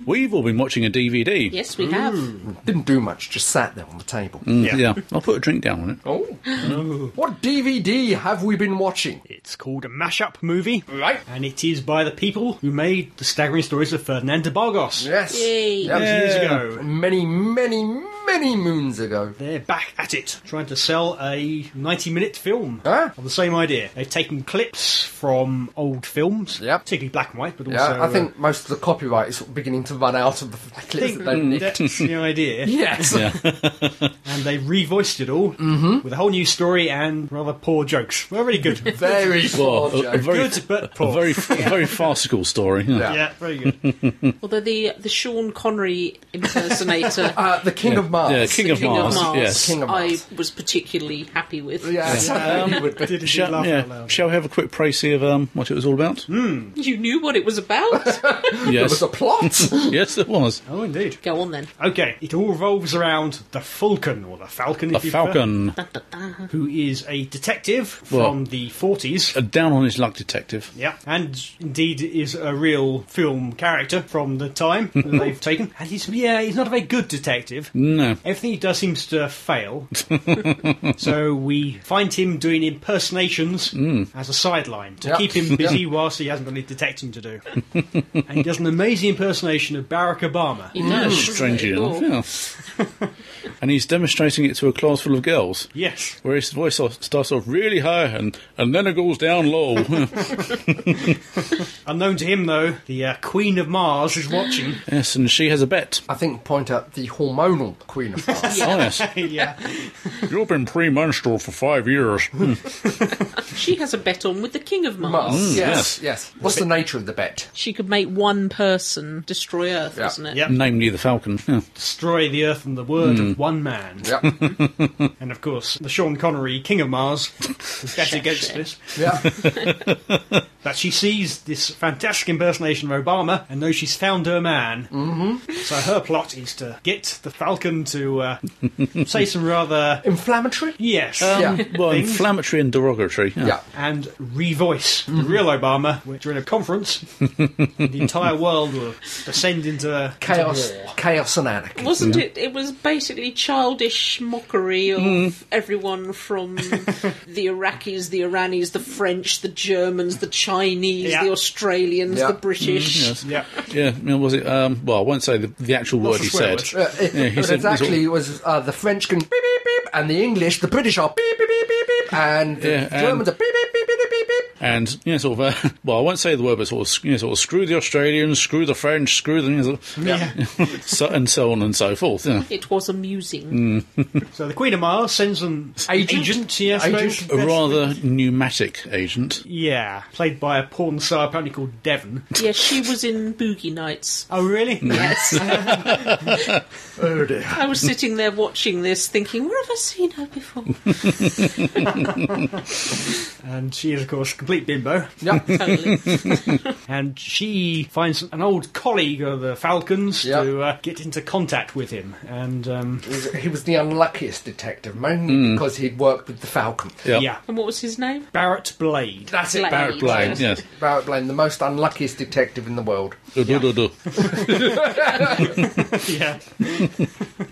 We've all been watching a DVD.
yes, we have.
Hmm. Didn't do much, just sat there on the table.
Mm. Yeah. I'll put a drink down on it.
Oh, What DVD have we been watching?
It's called a mashup movie,
Right.
and it is by the people who made the staggering stories of Ferdinand de Burgos.
Yes.
Yay.
That was
Years
years
ago.
ago. Many, many, many moons ago.
They're back at it, trying to sell a 90 minute film
Huh?
on the same idea. They've taken clips from old films,
Yep.
particularly black and white, but
Yeah,
also.
I think most of the copyright is sort of beginning to run out of the f-
uh, I
clips
think
that they nicked.
that's the idea.
Yes.
And they revoiced it all with a whole new story and rather poor jokes. Well, really good.
Mm-hmm. Very
Well, a,
poor
a
joke.
very,
good, but
a
poor.
very, a very farcical story. yeah.
Yeah.
yeah, very good.
Although the the Sean Connery impersonator,
Uh, the King of Mars.
Yeah, King of
King
Mars.
of Mars,
Yes.
King of Mars.
I was particularly happy with.
Yes. He would be.
Um, Did it
Shall,
laugh
yeah.
out loud.
Shall we have a quick précis of um, what it was all about?
You knew what it was about.
There
Yes,
was a plot.
yes, there was.
Oh, indeed.
Go on then.
Okay, it all revolves around the Falcon, or the Falcon,
The
if you prefer,
Falcon,
who is a detective from the 40s.
a uh, down on his luck detective.
Yeah, and indeed is a real film character from the time that they've taken. And he's yeah, he's not a very good detective.
No,
Everything he does seems to fail. so we find him doing impersonations as a sideline to
Yeah.
keep him busy whilst he hasn't got any detecting to do. and he does an amazing impersonation of Barack Obama.
He does.
strangely
Cool.
enough. Yeah. and he's demonstrating it to a class full of girls.
Yes.
Where his voice off- starts off really high and, and then it goes down low.
Unknown to him, though, the uh, Queen of Mars is watching.
yes, and she has a bet.
I think point out the hormonal Queen of Mars.
Oh, yes.
yeah.
You've been premenstrual for five years.
She has a bet on with the King of Mars.
Mars. Hmm.
Mm, yes.
yes, yes, What's the nature of the bet?
She could make one person destroy Earth,
Yeah.
wasn't it?
Yep.
Namely, the Falcon. Yeah.
Destroy the Earth and the word of one man.
Yep.
And of course, the Sean Connery, King of Mars, is bet against this.
yeah.
But she sees this fantastic impersonation of Obama and knows she's found her man. Mm-hmm. So her plot is to get the Falcon to uh, say some rather.
Inflammatory?
Yes.
yeah.
Well,
Things.
inflammatory and derogatory. Yeah.
Yeah.
and revoice
Mm-hmm.
the real Obama which during a conference. the entire world will descend into
Chaos,
into war.
chaos and anarchy.
Wasn't it? It was basically childish mockery of everyone from the Iraqis, the Iranis, the French, the Germans, the Chinese,
Yeah.
the Australians,
Yeah.
the British.
Yeah.
Yeah, you know, was it? Um, well, I won't say the, the actual
Lots
word
of
he
swear
said.
words.
Uh, it,
Yeah, he
it
said-
was actually it was uh, the French can beep beep beep, and the English, the British are beep beep beep beep beep, and the
Yeah, and-
Germans are beep beep beep beep beep beep.
And you know, sort of. Uh, well, I won't say the word, but sort of, you know, sort of screw the Australians, screw the French, screw the, you know, sort of- so, and so on and so forth. Yeah.
It was amusing.
So the Queen of Mars sends an
Agent?
agent, yeah, I
Agent?
suppose.
A rather pneumatic agent.
Yeah, played by a porn star apparently called Devon.
Yeah, she was in Boogie Nights.
Oh, really?
Yes.
Oh dear.
I was sitting there watching this thinking, where have I seen her before?
And she is, of course, a complete bimbo.
Yeah.
Totally.
And she finds an old colleague of the Falcons
Yeah.
to uh, get into contact with him. And um,
He was- He was the unluckiest detective, mainly
Mm.
because he'd worked with the Falcon.
Yeah.
yeah,
And what was his name?
Barrett Blade.
That's it,
Blade.
Barrett.
Barrett Blaine.
Yes.
Yes.
Barrett Blaine, the most unluckiest detective in the world.
Du- du- du- du.
yeah,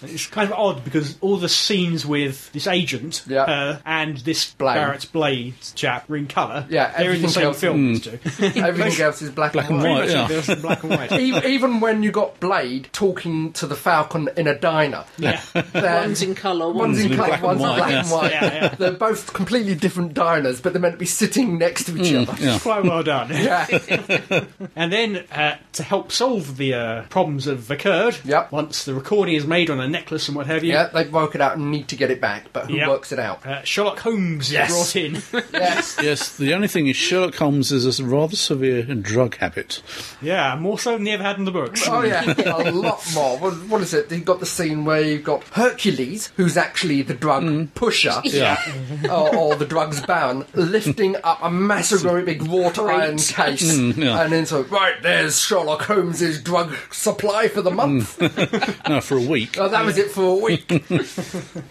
it's kind of odd because all the scenes with this agent
Yeah.
uh, and this
Blade.
Barrett Blade chap are in colour.
Yeah,
they're in the
everything
same
else- Mm.
film. these two.
Everything else is black,
Black
and
and
white.
white. Yeah.
They're in black and white.
E- Even when you got Blade talking to the Falcon in a diner,
Yeah,
they're-
One's in colour,
one's
one's
in
black
black,
and
one's
white,
in black
yes.
and white.
Yeah, yeah.
They're both completely different diners, but they're meant to be sitting next to each other.
Yeah.
quite well done.
Yeah.
And then, uh, to help solve the uh, problems that have occurred,
Yep.
once the recording is made on a necklace and what have you,
Yeah, they broke it out and need to get it back, but who
Yep.
works it out?
uh, Sherlock Holmes
Yes.
is brought in.
Yes.
Yes, the only thing is Sherlock Holmes has a rather severe drug habit.
yeah, more so than he ever had in the books.
Oh yeah, a lot more. What, what is it? You've got the scene where you've got Hercules, who's actually the drug pusher,
Yeah.
or, or Oh, the drugs baron, lifting up a massive, very big wrought iron case,
yeah.
and then so right there's Sherlock Holmes's drug supply for the month.
No, for a week.
Oh, that was it for a week.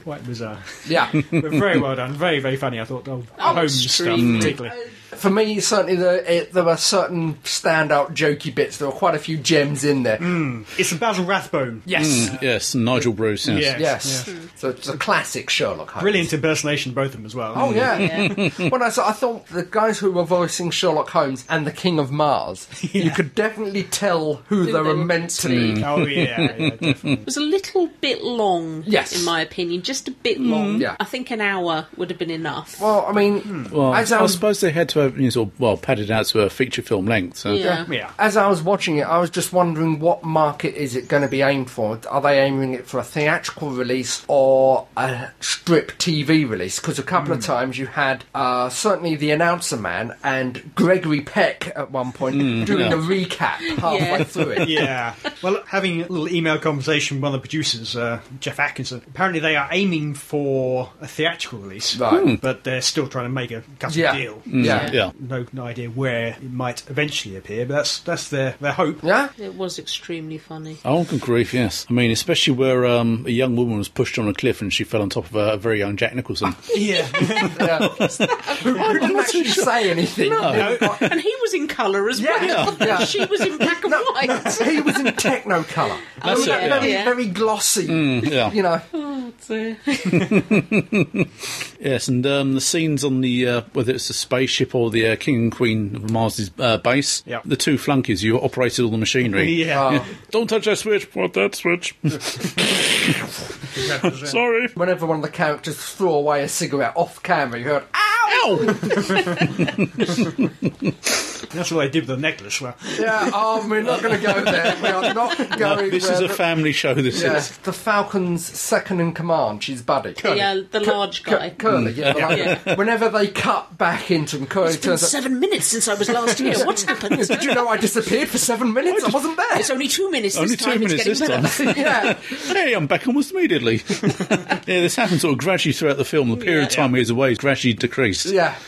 Quite bizarre.
Yeah,
but very well done. Very, very funny, I thought. Oh, Holmes stuff,
extremely.
particularly.
For me, certainly the, it, there were certain standout jokey bits. There were quite a few gems in there.
It's the Basil Rathbone.
Mm. Yes.
Yes, Nigel Bruce. Yes.
Yeah.
Yes. Mm. So it's a classic Sherlock Holmes.
Brilliant impersonation, both of them as well.
Oh yeah. when I saw, I thought the guys who were voicing Sherlock Holmes and the King of Mars, you could definitely tell who, they
they
were
were
meant to be.
Oh yeah, yeah, definitely.
It was a little bit long,
Yes. Mm,
in my opinion, just a bit long.
Yeah.
I think an hour would have been enough.
Hmm. Well, I mean,
Well,
as I
I
was
suppose they had to have, you know, sort of, well, padded out to a feature film length. So.
yeah.
yeah.
As I was watching it, I was just wondering what market is it going to be aimed for? Are they aiming it for a theatrical release or a strip TV release? Because a couple of times you had uh, certainly the announcer man and Gregory Peck at one point doing the recap halfway
Yeah.
through it.
yeah. Well, having a little email conversation with one of the producers, uh, Jeff Atkinson, apparently they are aiming for a theatrical release,
Right. Hmm.
but they're still trying to make a cut
Yeah. Hmm.
of deal.
Yeah.
Yeah.
No, no idea where it might eventually appear, but that's that's their, their hope.
Yeah?
It was extremely funny.
Oh, good grief, yes. I mean, especially where um, a young woman was pushed on a cliff and she fell on top of a, a very young Jack Nicholson.
Yeah.
Who didn't actually say anything.
and he was in colour as well.
Yeah.
she was in black and white.
he was in technicolour.
That's
Very-
it, yeah.
very,
Oh, Yeah.
very glossy.
yeah.
You know,
So-
Yes, and um, the scenes on the, uh, whether it's the spaceship or the uh, King and Queen of Mars's uh, base,
Yeah.
the two flunkies, you operated all the machinery.
yeah.
Uh,
Don't touch that switch.
What that switch? Sorry.
whenever one of the characters threw away a cigarette off camera, you heard, "Ah,
Ow!
That's what I did with the necklace. Well,
Yeah, um, we're not going to go there. We are not going
This
there.
is a family show, this
yeah,
is.
the Falcon's second in command, she's Buddy.
yeah, the large guy.
Curly, yeah. like, Whenever they cut back into him, Curly
It's been
turns up.
seven minutes since I was last here. What's happened?
Did you know I disappeared for seven minutes? I wasn't there.
It's only two minutes
Only
this
two
time.
minutes
it's
this
getting better.
time.
yeah,
hey, I'm back almost immediately. yeah, this happens sort of gradually throughout the film. The period of
Yeah.
time he was away is gradually decreased.
yeah.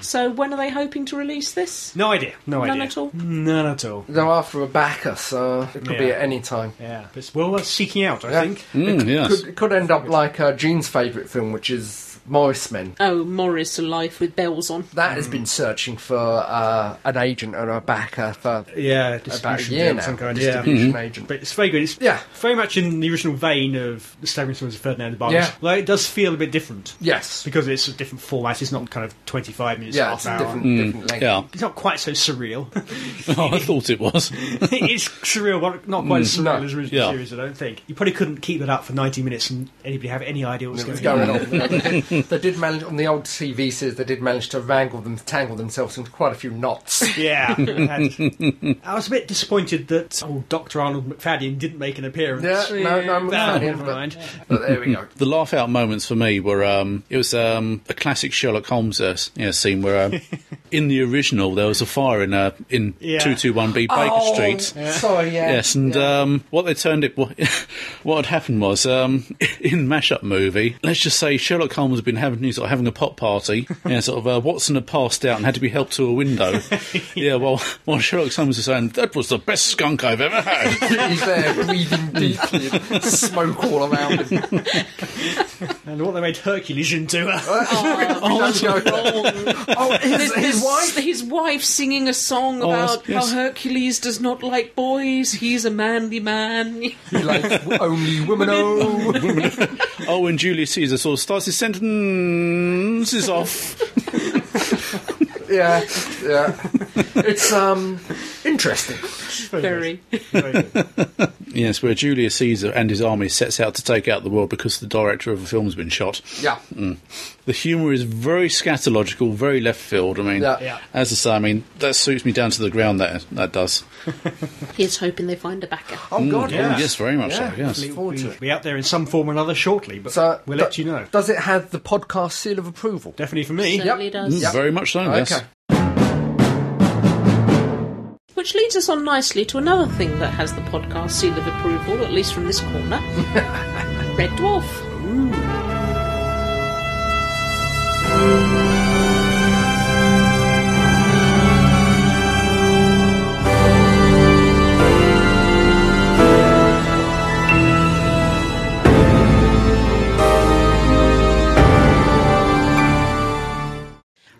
So when are they hoping to release this?
no idea. No idea.
None at all.
None at all.
They're after a backer, so it could be
Yeah.
at any time.
Yeah. But it's well worth seeking out, I
Yeah. Hmm.
think.
Mm, yes.
Could, it could end up like uh, Gene's favourite film, which is Morris Men.
Oh, Morris Alive with bells on.
That has been searching for uh, an agent or a backer for
Yeah,
about a
distribution
year
deal,
now.
some kind. Yeah.
Distribution agent.
But it's very good. It's
Yeah.
very much in the original vein of the Staggering Stories of Ferdinand the Barber.
Yeah.
Like, it does feel a bit different
Yes.
because it's a different format. It's not kind of 25 minutes,
Yeah,
half
it's a
hour.
different, different length.
Yeah.
It's not quite so surreal.
Oh, I thought it was.
it is surreal, but not quite as surreal
Mm, No.
as the original
Yeah.
series, I don't think. You probably couldn't keep it up for 90 minutes and anybody have any idea what's
What's
going, on.
going on? they,
Mm-hmm.
did, they did manage on the old TV series. They did manage to wrangle them, tangle themselves into quite a few knots.
Yeah. And I was a bit disappointed that old Dr. Arnold McFadden didn't make an appearance.
Yeah, no, no, I'm
Ah,
not
never
but,
mind.
but there we go.
The laugh out moments for me were um, it was um, a classic Sherlock Holmes uh, s- you know, scene where um, in the original there was a fire in uh, in
Yeah.
two two one B Baker
Oh,
Street.
Sorry, yeah.
Yes, and
yeah.
um, what they turned it, what, what had happened was um, in mashup movie. Let's just say Sherlock Holmes had been having sort of having a pop party, and sort of uh, Watson had passed out and had to be helped to a window. yeah, well, while Sherlock Holmes was saying that was the best skunk I've ever had.
he's there breathing deeply, and smoke all around him.
And what they made Hercules into. uh,
Oh, We don't go there.
Wrong.
Oh, his,
There's-
his
there's
wife.
His wife singing a song
Oh,
about
yes.
how Hercules does not like boys. He's a manly man.
He likes only women. Oh,
oh, and Julius Caesar sort of starts his sentences off.
yeah, yeah. It's um interesting.
Very.
Yes, where Julius Caesar and his army sets out to take out the world because the director of a film's been shot.
Yeah,
The humour is very scatological, very left field. I mean,
Yeah.
Yeah.
as I say, I mean that suits me down to the ground. That that does.
Here's hoping they find a backer.
Oh God,
yeah.
Yes, very much
Yeah.
so. Yes.
Look forward to
We'll
it.
be out there in some form or another shortly, but
So
we'll
do-
let you know.
Does it have the podcast seal of approval?
Definitely for me.
Certainly does.
Yeah.
Mm, Very much so. Yes.
Okay.
Which leads us on nicely to another thing that has the podcast seal of approval, at least from this corner Red Dwarf.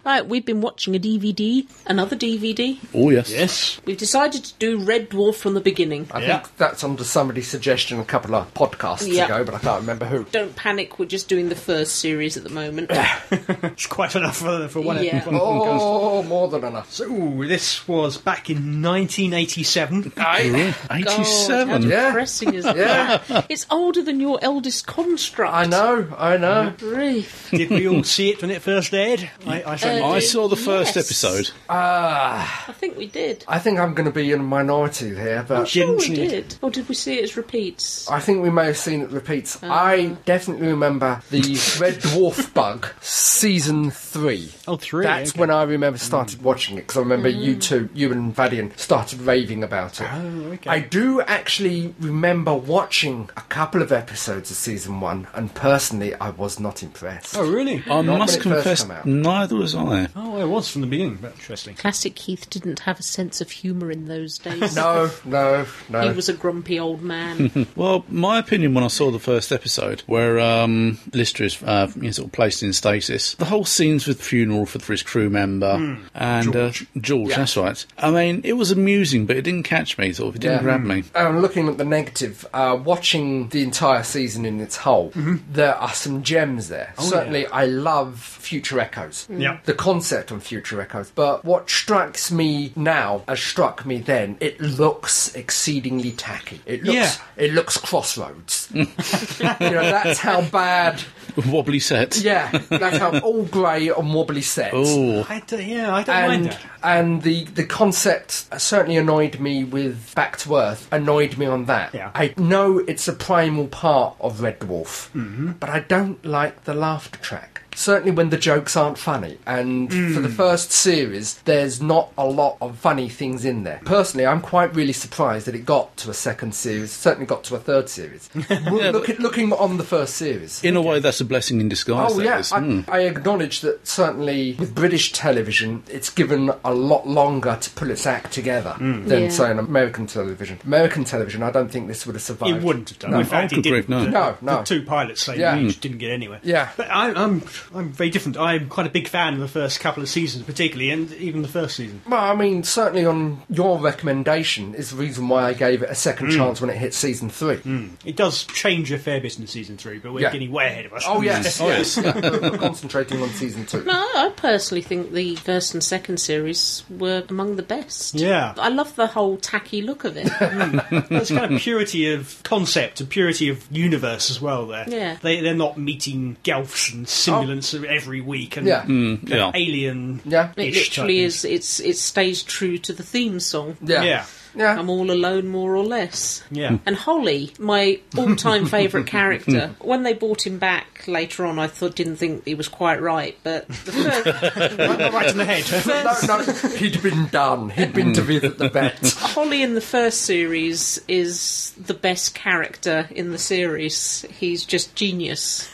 Right, right, we've been watching a DVD, another DVD.
Oh, yes.
Yes.
We've decided to do Red Dwarf from the beginning.
I
Yeah.
think that's under somebody's suggestion a couple of podcasts
Yeah.
ago, but I can't remember who.
Don't panic, we're just doing the first series at the moment.
It's quite enough for, for one
Yeah.
episode.
Oh, more than enough.
So, this was back in 1987.
Yeah,
God,
87.
how
Yeah.
depressing is that? It's older than your eldest construct.
I know, I know.
Brief.
Did we all see it when it first aired? I, I certainly
Uh,
I saw the first
Yes.
episode.
Ah,
I think we did.
I think I'm going to be in a minority here, but
Sure we
didn't.
did. Or did we see it as repeats?
I think we may have seen it repeats. I definitely remember the Red Dwarf Bug season three.
Oh, three,
That's
okay.
when I remember started watching it because I remember you two, you and Vadian, started raving about it. Oh,
okay.
I do actually remember watching a couple of episodes of season one, and personally, I was not impressed.
Oh, really?
I
when
must
it first
confess,
come out.
neither was I.
Oh, I was from the beginning. But interesting.
Classic Heath didn't have a sense of humour in those days.
No, no,
He
no.
was a grumpy old man.
Well, my opinion when I saw the first episode, where um, Lister is uh, you know, sort of placed in stasis, the whole scenes with funeral for, for his crew member
Hmm.
and George, uh, George that's right. I mean, it was amusing, but it didn't catch me. Sort of, it didn't
Yeah.
grab me.
Um, looking at the negative, uh, watching the entire season in its whole,
Mm-hmm.
there are some gems there. Certainly, I love Future Echoes.
Oh, Mm. Yeah.
The concept on Future Echoes. But what strikes me now, as struck me then, it looks exceedingly tacky. It looks,
Yeah.
it looks crossroads. you know, that's how bad.
Wobbly set.
Yeah, that's how all grey and wobbly sets
Oh,
I don't, yeah, I don't mind
and
that.
and the the concept certainly annoyed me with Back to Earth. Annoyed me on that.
Yeah.
I know it's a primal part of Red Dwarf,
Mm-hmm.
but I don't like the laughter track. Certainly when the jokes aren't funny, and for
Mm.
the first series, there's not a lot of funny things in there. Personally, I'm quite really surprised that it got to a second series. Certainly got to a third series. Look at- looking on the first series.
in a way, that's a blessing in disguise.
Oh
that
yeah,
is.
I,
Mm.
I acknowledge that certainly with British television, it's given a lot longer to pull its act together than
Yeah.
say on American television. American television, I don't think this would have survived.
It wouldn't have done.
No.
In fact,
Oh,
it
good
didn't.
grief, no.
The-
No, no.
The two pilots they
Yeah.
used didn't get anywhere.
Yeah.
but I, I'm I'm very different. I'm quite a big fan of the first couple of seasons, particularly, and even the first season.
Well, I mean, certainly on your recommendation is the reason why I gave it a second chance when it hit season three.
It does change a fair bit in season three, but we're
Yeah.
getting way ahead of us.
Oh yes,
Oh,
yes. We're concentrating on season two.
no, I personally think the first and second series were among the best.
Yeah.
I love the whole tacky look of it.
There's kind of purity of concept and purity of universe as well. There,
Yeah. Oh.
they they're not meeting Gelfs and simulants every week and
Yeah.
Hmm, yeah.
alien.
Yeah.
It
Ish type
literally is.
things.
It's it stays true to the theme song.
Yeah.
Yeah.
Yeah.
I'm all alone, more or less.
Hmm.
Yeah.
And Holly, my all-time favourite character. When they brought him back later on, I thought didn't think he was quite right. But the first,
right in the head.
No, no, he'd been done. He'd been to visit the vet.
Holly in the first series is the best character in the series. He's just genius.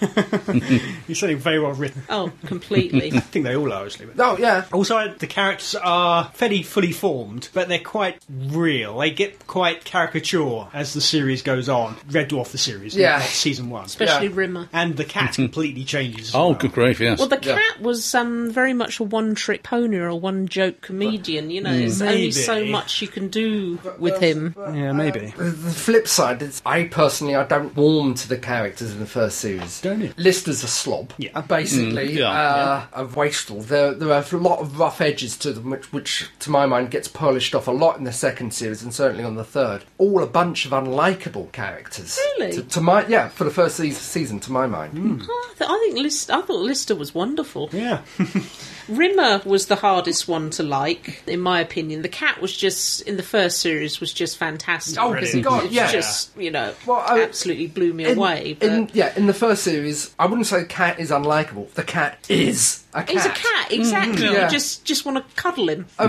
You're something very well written.
Oh, completely.
I think they all are actually. but-
Oh yeah,
Also, the characters are fairly fully formed, but they're quite real. They get quite caricature as the series goes on. Red Dwarf, the series,
Yeah.
not season one,
Especially
Yeah.
Rimmer.
and the cat completely changes. as
Oh,
well.
good grief, yes.
Well, the
Yeah.
cat was um, very much a one-trick pony or a one-joke comedian. You know, there's
Maybe.
only so much you can do
uh,
with him.
Yeah, maybe.
The the flip side is, I personally, I don't warm to the characters in the first series.
Don't you?
Lister's a slob,
Yeah.
basically,
Mm, yeah.
Uh, a wastrel. There, there are a lot of rough edges to them, which, which, to my mind, gets polished off a lot in the second series and certainly on the third. All a bunch of unlikable characters.
Really?
To, to my, yeah, for the first se- season, to my mind.
Hmm.
I, th- I think List- I thought Lister was wonderful.
Yeah,
Rimmer was the hardest one to like, in my opinion. The cat was just in the first series was just fantastic.
Oh,
Brilliant.
God,
It's
yeah.
just you know,
Well, I-
absolutely blew me
In-
away. But
in- yeah, in the first series, I wouldn't say cat is unlikable. The cat is a cat. Mm-hmm.
he's a cat, exactly.
Yeah.
You just just want to cuddle him.
I,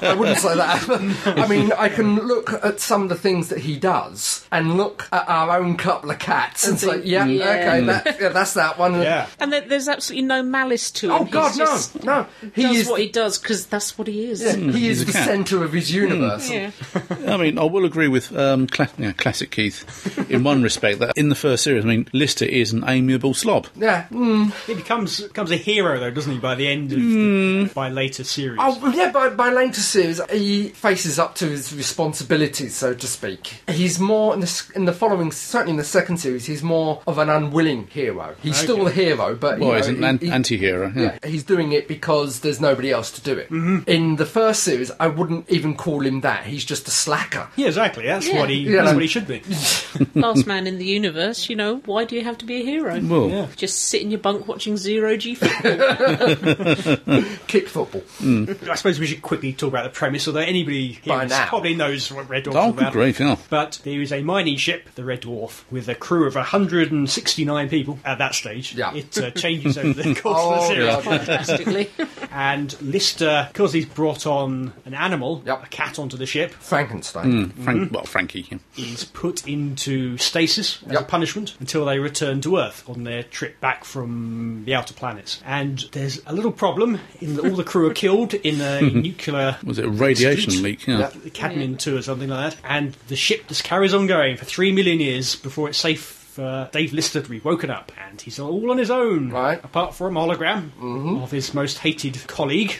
I, I wouldn't say that. I mean, I can look at some of the things that he does and look at our own couple of cats and,
think,
say, yeah,
yeah.
okay, that, yeah, that's that one.
Yeah.
And there, there's absolutely no malice to him.
Oh, God,
He's
no,
just
no. He
does
is,
what he does because that's what he is.
yeah, he
he's
is
a
the
cat.
centre of his universe.
Mm. Yeah.
I mean, I will agree with um, cla- yeah, classic Keith in one respect that in the first series, I mean, Lister is an amiable slob.
Yeah. Mm.
He becomes becomes a hero though, doesn't he? By the end of
Hmm.
the, by later series.
Oh, yeah, by, by later series, he faces up to his responsibilities, so to speak. He's more, in the, s- in the following, certainly in the second series, he's more of an unwilling hero. He's still the hero, but. you
Well,
know,
he's an
he-
an-
he-
anti-hero. Yeah. Mm-hmm.
Yeah, he's doing it because there's nobody else to do it. In the first series, I wouldn't even call him that. He's just a slacker.
Yeah, exactly. That's
Yeah.
what he
Yeah,
that's
like-
what he should be.
Last man in the universe, you know, why do you have to be a hero?
Well,
Just sit in your bunk watching Zero G football.
Kick football.
Mm.
I suppose we should quickly talk about the premise, although anybody here
By
is-
now.
probably knows what Red Dwarf's
oh,
all
good
about.
grief, yeah.
But there is a mining ship, the Red Dwarf, with a crew of 169 people at that stage.
Yeah.
It uh, changes over the course of the
Oh,
series.
yeah.
Fantastically.
And Lister, because he's brought on an animal,
Yep.
a cat onto the ship,
Frankenstein.
Frank, Well, Frankie. yeah.
is put into stasis as a
Yep.
punishment until they return to Earth on their trip back from the outer planets. And there's a little problem in that all the crew are killed in a nuclear
Was it a radiation
Sweet.
leak? Yeah.
Yeah.
cadmium two or something like that. And the ship just carries on going for three million years before it's safe. for Dave Lister to be woken up, and he's all on his own,
Right.
apart from a hologram
Mm-hmm.
of his most hated colleague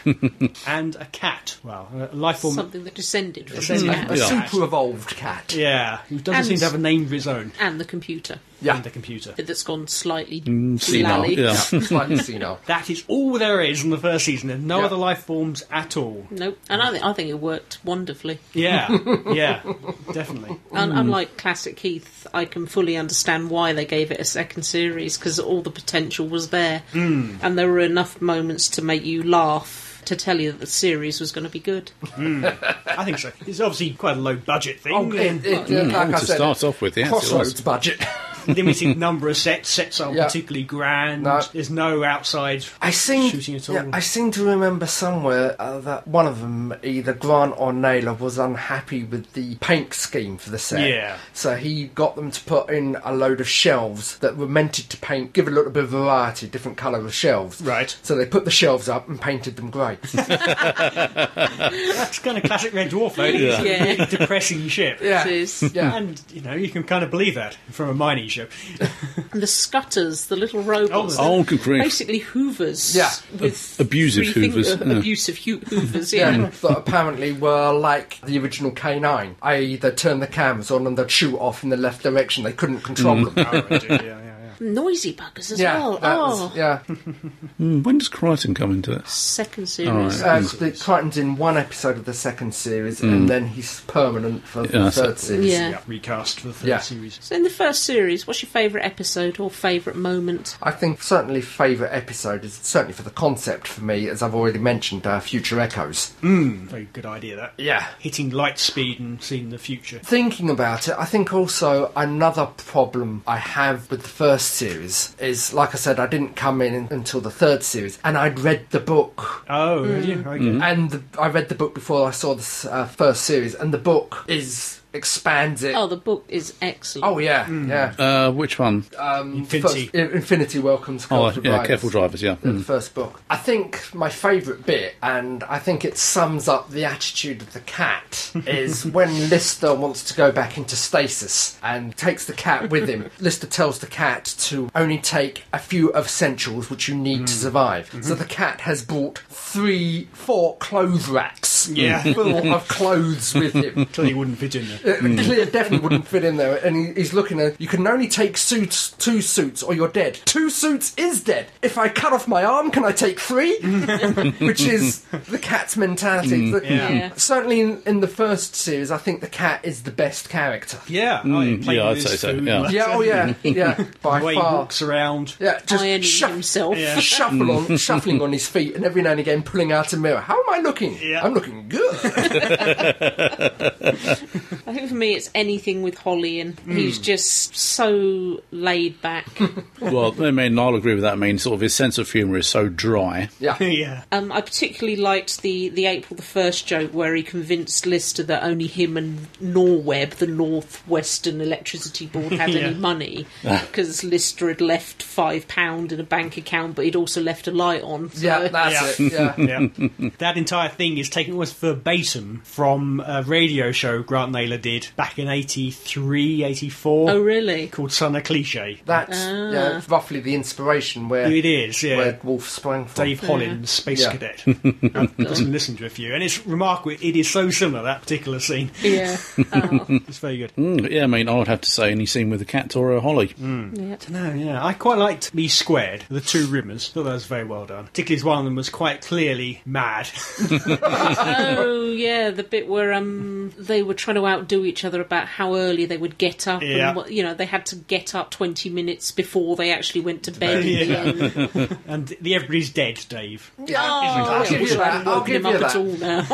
and a cat. Well, a life form,
Something that descended from
Descended.
that.
A
Yeah.
super evolved cat.
yeah, who doesn't
And-
seem to have a name of his own.
And the computer
Yeah.
And the computer.
that's gone slightly
Senile,
lally.
Mm, yeah.
Slightly senile.
That is all there is in the first season. There's no
Yeah.
other life forms at all.
Nope. And I, th- I think it worked wonderfully.
Yeah, yeah, definitely.
Un-
Mm.
Unlike classic Keith, I can fully understand why they gave it a second series because all the potential was there, mm. and there were enough moments to make you laugh to tell you that the series was going to be good.
I think so. It's obviously quite a low budget thing.
Oh, it, it, uh, like
Oh,
I
to
said,
start off with, yes, it was.
crossroads budget.
limited number of sets. Sets aren't
Yeah.
particularly grand.
No.
There's no outside
I seem,
shooting at all.
yeah, I seem to remember somewhere uh, that one of them, either Grant or Naylor, was unhappy with the paint scheme for the set.
Yeah.
So he got them to put in a load of shelves that were meant to paint, give a little bit of variety, different colour of shelves.
Right.
So they put the shelves up and painted them grey.
That's kind of classic Red Dwarf, though. isn't it?
Yeah.
It's a really depressing ship.
yeah.
It is.
Yeah.
And you know you can kind of believe that from a mining ship.
And the scutters, the little robots.
Oh,
Oh, good grief.
Basically, hoovers.
Yeah.
With
Ab- abusive
three finger-
hoovers, yeah.
Abusive hu- hoovers, yeah.
Yeah, that apparently were like the original K9, i.e., they turned the cameras on and they'd shoot off in the left direction. They couldn't control them.
Oh, I do, yeah, yeah, yeah.
Noisy buggers as
Yeah,
well.
that
Oh.
was, yeah.
Mm, When does Crichton come into it?
Second series.
Alright.
Uh, the Crichton's in one episode of the second series, and then he's permanent for
Yeah,
the
so-
third series.
Yeah.
Yeah, recast for the third
Yeah.
series.
So, in the first series, what's your favourite episode or favourite moment?
I think certainly favourite episode is certainly for the concept for me, as I've already mentioned, uh, Future Echoes.
Very good idea that.
Yeah.
Hitting light speed and seeing the future.
Thinking about it, I think also another problem I have with the first series is, like I said, I didn't come in until the third series, and I'd read the book.
Oh, really?
Mm.
Okay.
And the, I read the book before I saw this uh, first series, and the book is expands it.
Oh, the book is excellent.
Oh, yeah, yeah.
Uh, which one?
um,
Infinity.
first- I- Infinity welcomes
Oh,
Carlton
yeah,
Riders.
Careful Mm. Drivers, yeah. Hmm.
The first book. I think my favourite bit, and I think it sums up the attitude of the cat, is when Lister wants to go back into stasis and takes the cat with him. Lister tells the cat to only take a few of essentials which you need
Mm.
to survive.
Mm-hmm.
So the cat has brought three, four clothes racks
Yeah.
full of clothes with him.
Clearly wouldn't fit in there.
Uh, Clear definitely wouldn't fit in there, and he, he's looking at. You can only take suits, two suits, or you're dead. Two suits is dead. If I cut off my arm, can I take three? Which is the cat's mentality. The-
yeah.
Yeah.
Certainly, in, in the first series, I think the cat is the best character.
Yeah, oh, yeah, playing
yeah,
with
I'd
his
say so,
food,
yeah.
like,
Yeah, oh yeah, yeah, by
The way he
far.
walks around.
Yeah, just
Ironing
shuff-
himself.
Yeah. Mm.
shuffle on, shuffling on his feet, and every now and again pulling out a mirror. How am I looking?
Yeah.
I'm looking looking good.
I think for me, it's anything with Holly, and he's
Hmm.
just so laid back.
Well, I mean, I'll agree with that. I mean, sort of his sense of humour is so dry.
yeah.
yeah.
um, I particularly liked the, the April the First joke where he convinced Lister that only him and Norweb, the Northwestern Electricity Board, had
Yeah.
any money because Lister had left five pound in a bank account, but he'd also left a light on. So.
Yeah, that's
Yeah.
it. Yeah.
yeah. That entire thing is taken almost verbatim from a radio show Grant Naylor did back in 83, 84
Oh really?
called Son of Cliche.
That's yeah, roughly the inspiration where
It is, yeah.
where Wolf sprang from.
Dave Hollins, Space
Yeah.
Cadet. I've just listened to a few, and it's remarkable. It is so similar, that particular scene.
Yeah. Oh,
It's very good.
Mm, yeah, I mean, I would have to say any scene with a cat or a holly.
yeah.
No, yeah. I quite liked Me Squared, the two rimmers. thought that was very well done. Particularly as one of them was quite clearly mad.
Oh yeah, the bit where um they were trying to outdo each other about how early they would get up,
Yeah.
and what, you know they had to get up twenty minutes before they actually went to bed. in the
Yeah.
end.
and the Everybody's Dead, Dave.
Yeah,
Oh,
I'll give you that. I'll give you
up at all
that.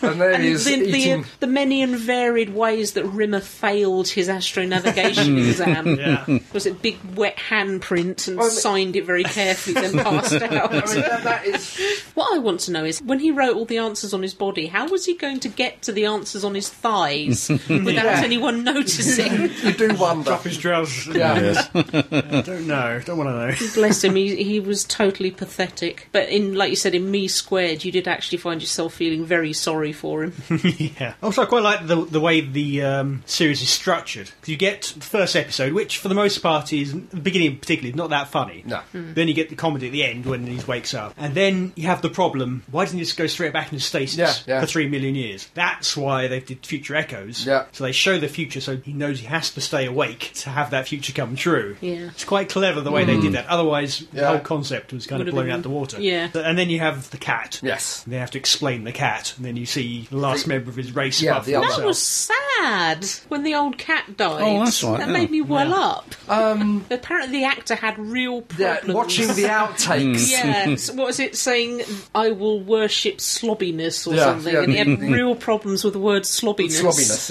now.
And there
and
he
the,
is eating.
the, the many and varied ways that Rimmer failed his
Hmm.
astronavigation exam.
Yeah.
Was it big wet handprint and
Well, I mean-
signed it very carefully, then passed
I
out?
mean, that, that is.
what I want to know is when he wrote all the answers on his body, how was he going to get to the answers on his thighs without
Yeah.
anyone noticing?
You do wonder.
Drop his trousers.
Yeah.
I don't know. Don't want to know.
Bless him, he, he was totally pathetic. But in, like you said, in Me Squared, you did actually find yourself feeling very sorry for him.
Yeah. Also, I quite like the the way the um, series is structured. You get the first episode, which for the most part is the beginning, particularly, is not that funny.
No.
Then you get the comedy at the end when he wakes up, and then you have the problem: why doesn't he just go straight back into stasis
Yeah, yeah.
for three million years? That's why they did Future Echoes.
Yeah.
So they show the future, so he knows he has to stay awake to have that future come true.
Yeah.
It's quite clever the way they did that. Otherwise, the
Hmm. Yeah.
whole concept was kind
Would have
of blown
been-
out the water.
yeah.
And then you have the cat.
Yes.
They have to explain the cat, and then you see the last member of his race
Yeah,
above
the other-
himself.
That was sad when the old cat died.
Oh, that's right,
That
yeah.
made me well up. Um, Apparently, the actor had real
Yeah,
problems.
watching the outtakes.
Yeah, so what was it saying? I will worship slobbiness or
Yeah,
something.
yeah.
And he had real problems with the word slobbiness.
Slobbiness,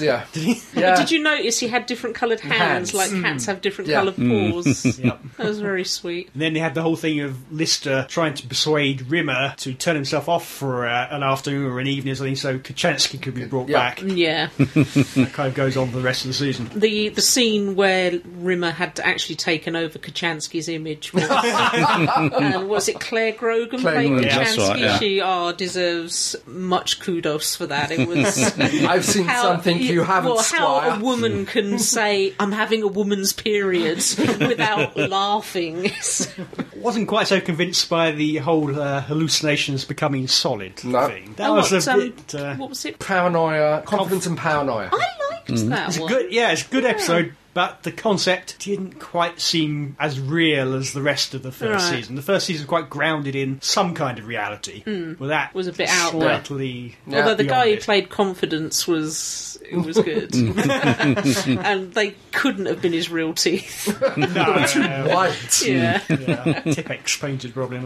yeah.
But
yeah.
did you notice he had Mm. different coloured hands,
Hands.
like cats have different
Yeah.
coloured paws?
Yep.
That was very sweet.
And then they had the whole thing of Lister trying to persuade Rimmer to turn himself off for uh, an afternoon or an evening or something so Kachansky could be brought
Yeah.
back.
Yeah,
that kind of goes on for the rest of the season.
the the scene where Rimmer had actually taken over Kachansky's image was, and was it Claire Grogan
Claire
playing
Grogan,
that's
Kachansky?
right, yeah.
She ah deserves much kudos for that. It was
I've seen something you haven't,
Well,
Squire.
how a woman can say I'm having a woman's period without laughing. It's-
Wasn't quite so convinced by the whole uh, hallucinations becoming solid
No.
thing. That
Oh,
was
what,
a
um,
bit. Uh,
what was it?
Paranoia, confidence and paranoia.
I liked that one.
Good, yeah, it's a good episode, but the concept didn't quite seem as real as the rest of the first
Right.
season. The first season was quite grounded in some kind of reality. Well, that
Hmm. Was a bit out there.
slightly.
Yeah.
Although the
beyond
guy who
it.
played Confidence was it was good, and they couldn't have been his real teeth.
No,
White.
Yeah,
yeah, Tippex painted probably. on.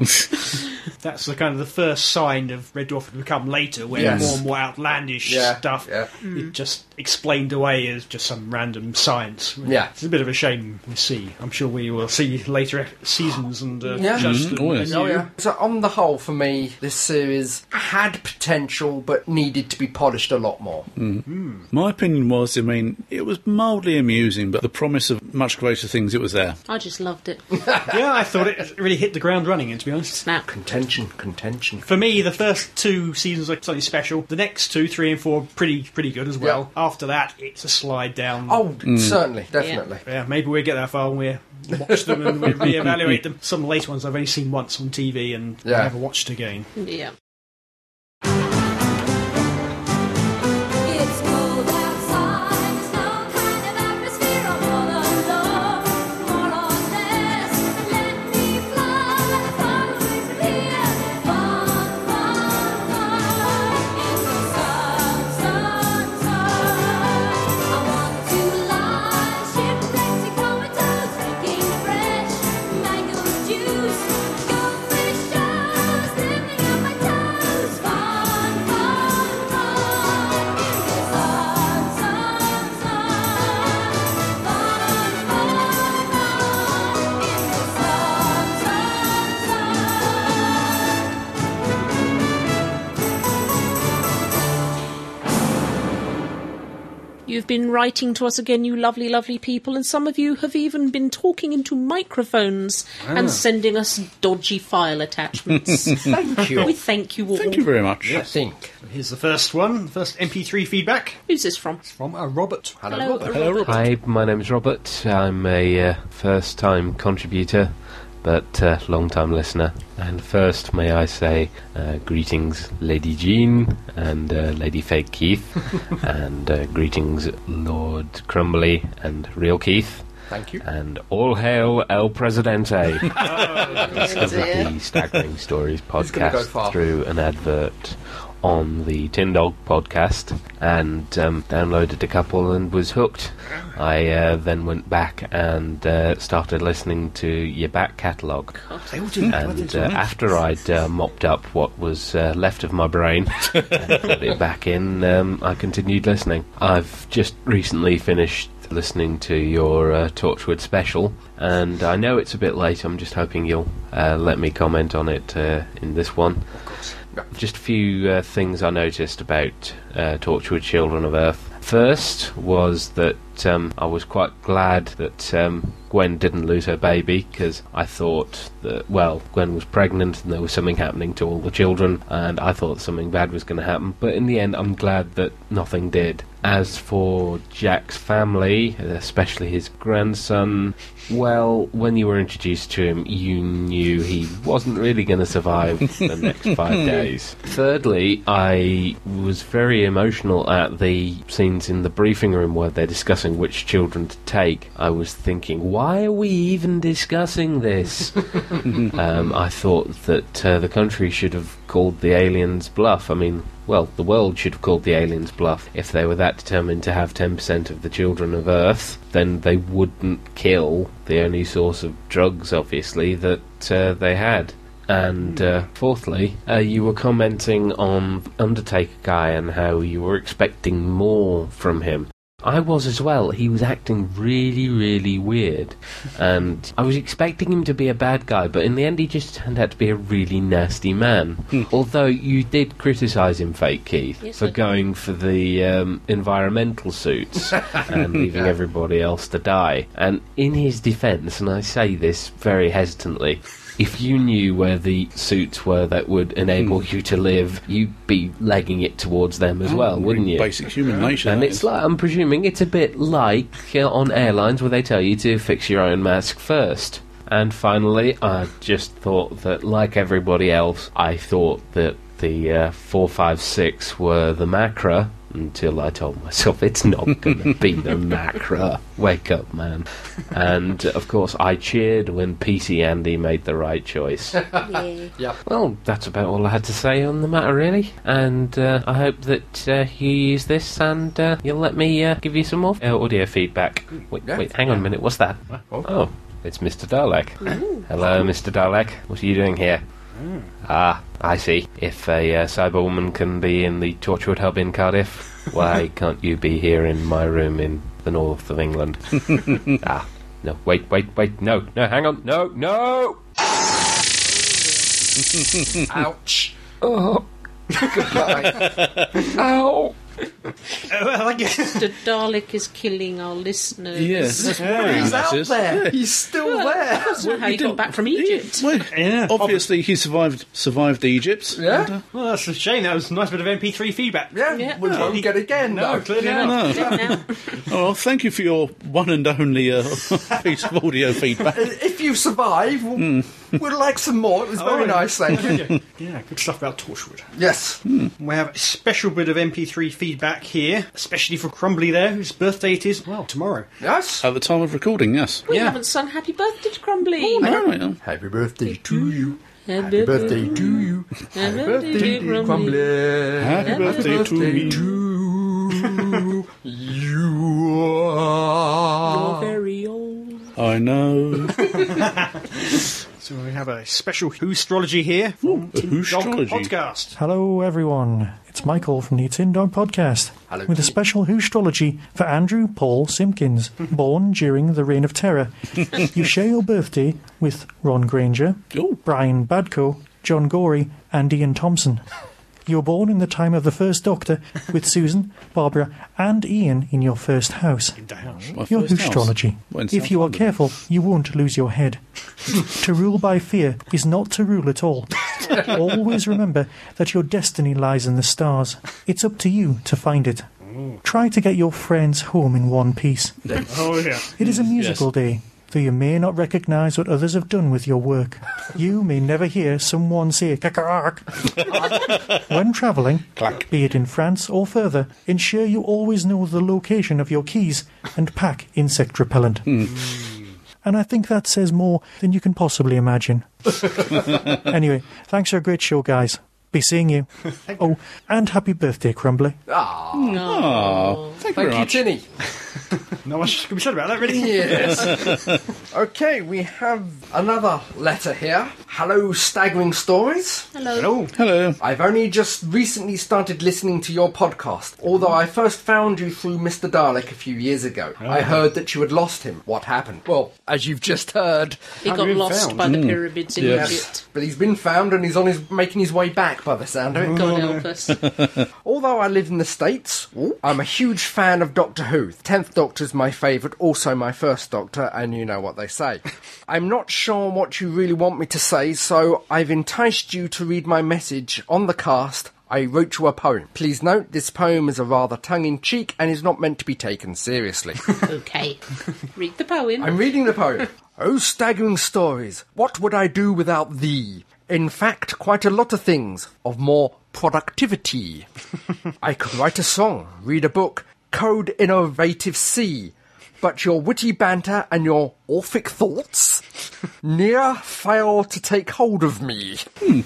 That's the kind of the first sign of Red Dwarf to become later, where
Yes.
more and more outlandish
Yeah,
stuff
yeah.
it just explained away as just some random science.
Yeah.
it's a bit of a shame we see. I'm sure we will see later e- seasons and uh,
Yeah.
judge
Mhm,
them.
always.
Oh, yeah. So, on the whole, for me, this series had potential but needed to be polished a lot more.
My opinion was, I mean, it was mildly amusing, but the promise of much greater things, it was there.
I just loved it.
Yeah, I thought it really hit the ground running. And to be honest.
Snap.
Contention, contention.
For me, the first two seasons are something special. The next two, three, and four, pretty pretty good as well. After that, it's a slide down.
Oh, certainly, definitely.
Yeah, maybe we'll get that far and we'll watch them and we'll reevaluate them. Some late ones I've only seen once on TV and
Yeah.
never watched again.
Yeah.
It's cold outside. There's no kind of atmosphere I'm all alone, more or less. Let me fly where the fun's clear. Fun, fun, fun in the sun, sun, sun. I want to lie shipwrecked and comatose, drinking fresh mango juice, goldfish eyes, living on my time.
You've been writing to us again, you lovely, lovely people, and some of you have even been talking into microphones and sending us dodgy file attachments.
Thank
we
you.
thank you all.
Thank you very much.
I think.
Here's the first one, first MP3 feedback
Who's this from?
from uh, Robert.
Hello, Robert.
Hello, Robert.
Hi, my name's Robert. I'm a uh, first time contributor, but uh, long time listener. And first, may I say uh, greetings, Lady Jean and uh, Lady Fake Keith, and uh, greetings, Lord Crumbly and Real Keith.
Thank you.
And all hail El Presidente. Discover the Staggering Stories
gonna go
podcast
far.
through an advert on the Tin Dog podcast and um, downloaded a couple and was hooked. I uh, then went back and uh, started listening to your back catalogue.
They all
Mm-hmm.
do that.
And uh, after I'd uh, mopped up what was uh, left of my brain and put it back in, um, I continued listening. I've just recently finished listening to your uh, Torchwood special, and I know it's a bit late. I'm just hoping you'll uh, let me comment on it uh, in this one. Just a few uh, things I noticed about uh, Torchwood Children of Earth. First was that um, I was quite glad that um, Gwen didn't lose her baby because I thought that, well, Gwen was pregnant and there was something happening to all the children, and I thought something bad was going to happen. But in the end, I'm glad that nothing did. As for Jack's family, especially his grandson, well, when you were introduced to him, you knew he wasn't really going to survive the next five days. Thirdly, I was very emotional at the scenes in the briefing room where they're discussing which children to take. I was thinking, why are we even discussing this? um, I thought that uh, the country should have called the aliens bluff. I mean, well, the world should have called the aliens bluff. If they were that determined to have 10% of the children of Earth, then they wouldn't kill the only source of drugs, obviously, that uh, they had. And uh, fourthly, uh, you were commenting on Undertaker Guy and how you were expecting more from him. I was as well. He was acting really, really weird. And I was expecting him to be a bad guy, but in the end, he just turned out to be a really nasty man. Although you did criticise him, Fake Keith,
Hmm. Yes,
for
I did.
going for the um, environmental suits and leaving everybody else to die. And in his defence, and I say this very hesitantly, if you knew where the suits were that would enable
Hmm.
you to live, you'd be legging it towards them
Oh,
as well, wouldn't you?
Basic human nature.
And
that
it's
is.
like I'm presuming it's a bit like uh, on airlines where they tell you to fix your own mask first. And finally, I just thought that, like everybody else, I thought that the uh, four, five, six were the macra. Until I told myself it's not going to be the macra. Wake up, man. And uh, of course, I cheered when PC Andy made the right choice. Well, that's about all I had to say on the matter, really. And uh, I hope that uh, you use this and uh, you'll let me uh, give you some more uh, audio feedback. Wait,
Yeah.
wait, hang on a minute. What's that? Oh, it's Mr. Dalek. Hello, Mr. Dalek. What are you doing here? Ah, I see. If a uh, cyberwoman can be in the Torchwood Hub in Cardiff, why can't you be here in my room in the north of England? ah, no, wait, wait, wait. No, no, hang on. No, no!
Ouch.
Oh,
Goodbye.
ow!
Oh, well, I guess.
Mr. Dalek is killing our listeners.
Yes, that's worrying,
He's
that
out
is.
there. He's still there.
That's not how you got back from
Yeah,
Egypt.
well,
Yeah.
obviously he survived survived Egypt.
Yeah.
And, uh,
Well, that's a shame. That was a nice bit of MP3 feedback.
Yeah,
Yeah.
we won't get again.
No,
No,
clearly not.
Now,
oh, well, thank you for your one and only uh, piece of audio feedback.
If you survive, we'll, we'd like some more. It was very
yeah.
nice, thank you.
yeah, yeah, good stuff about Torchwood.
Yes.
We have a special bit of MP3 feedback here, especially for Crumbly there, whose birthday it is, well, tomorrow.
Yes.
At the time of recording, yes.
we
Yeah.
haven't sung Happy Birthday to Crumbly.
All right, well,
Happy birthday to you.
Happy birthday
to you.
Happy birthday, Crumbly.
Happy birthday to me.
to you.
You're Oh, very old.
I know.
So we have a special Astrology here from Tin Dog
Astrology.
Podcast.
Hello, everyone. It's Michael from the Tin Dog Podcast with a special Whostrology for Andrew Paul Simpkins, born during the Reign of Terror. you share your birthday with Ron Granger,
Oh.
Brian Badco, John Gorey, and Ian Thompson. You were born in the time of the first Doctor, with Susan, Barbara, and Ian in your first house.
My
Your
first house.
hoostrology.
Well, in
If
South
you are
London.
careful, you won't lose your head. to rule by fear is not to rule at all. Always remember that your destiny lies in the stars. It's up to you to find it. Try to get your friends home in one piece.
Oh, yeah.
It is a musical day, though you may not recognise what others have done with your work. You may never hear someone say kakarak. when travelling,
Clack.
be it in France or further, ensure you always know the location of your keys and pack insect repellent. And I think that says more than you can possibly imagine. anyway, thanks for a great show, guys. Be seeing you. Oh, and happy birthday, Crumbly.
Oh, thank, you
Thank
very
you,
much.
Tinny.
No much can be said about that, really.
Yes. okay, we have another letter here. Hello, Staggering Stories.
Hello.
Hello.
I've only just recently started listening to your podcast, although I first found you through Mr. Dalek a few years ago. I heard that you had lost him. What happened? Well, as you've just heard,
He
Have
got
you been
lost
found?
by the pyramids in
Mm. Yes.
Egypt.
but he's been found and he's on his making his way back by the sound of it.
God help us.
Although I live in the States, I'm a huge fan of Doctor Who. The Tenth Doctor's my favourite, also my first Doctor, and you know what they say. I'm not sure what you really want me to say, so I've enticed you to read my message on the cast. I wrote you a poem. Please note this poem is a rather tongue in cheek and is not meant to be taken seriously.
okay. Read the poem.
I'm reading the poem. oh, staggering stories. What would I do without thee? In fact, quite a lot of things of more productivity. I could write a song, read a book, code innovative C. But your witty banter and your orphic thoughts near fail to take hold of me. Hmm.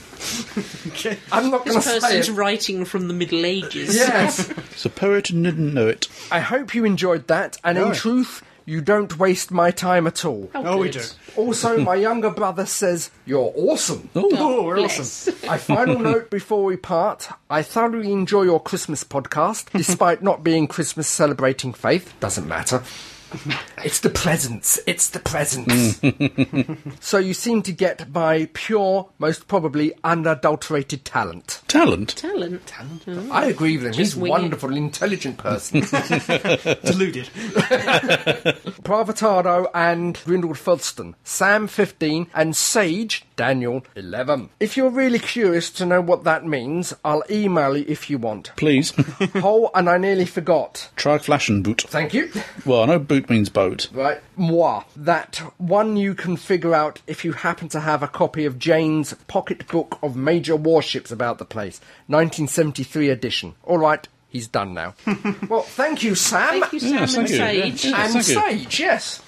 I'm not
this
going to say
person's
it.
writing from the Middle Ages.
Yes.
It's a poet and didn't know it.
I hope you enjoyed that, and in truth, you don't waste my time at all.
How
Oh, we do.
good.
Also, my younger brother says, You're awesome.
Oh, we're awesome.
Bless.
My final note before we part I thoroughly enjoy your Christmas podcast, despite not being Christmas celebrating faith. Doesn't matter. It's the presents. It's the presents. so you seem to get by pure, most probably unadulterated talent.
Talent.
Talent. Oh.
I agree with him. He's a
wing it.
wonderful, intelligent person.
Deluded.
Pravatado and Grindled Fudston, Sam 15 and Sage Daniel 11. If you're really curious to know what that means, I'll email you if you want.
Please.
Hole and I nearly forgot.
Try flaschen boot.
Thank you.
Well, I know boot means boat.
Right, moi. That one you can figure out if you happen to have a copy of Jane's Pocket Book of Major Warships about the place, 1973 edition. All right, he's done now. well, thank you, Sam.
Thank you, Sam
Yes,
and
thank you.
Sage.
Yeah.
And
Thank you.
Sage, yes.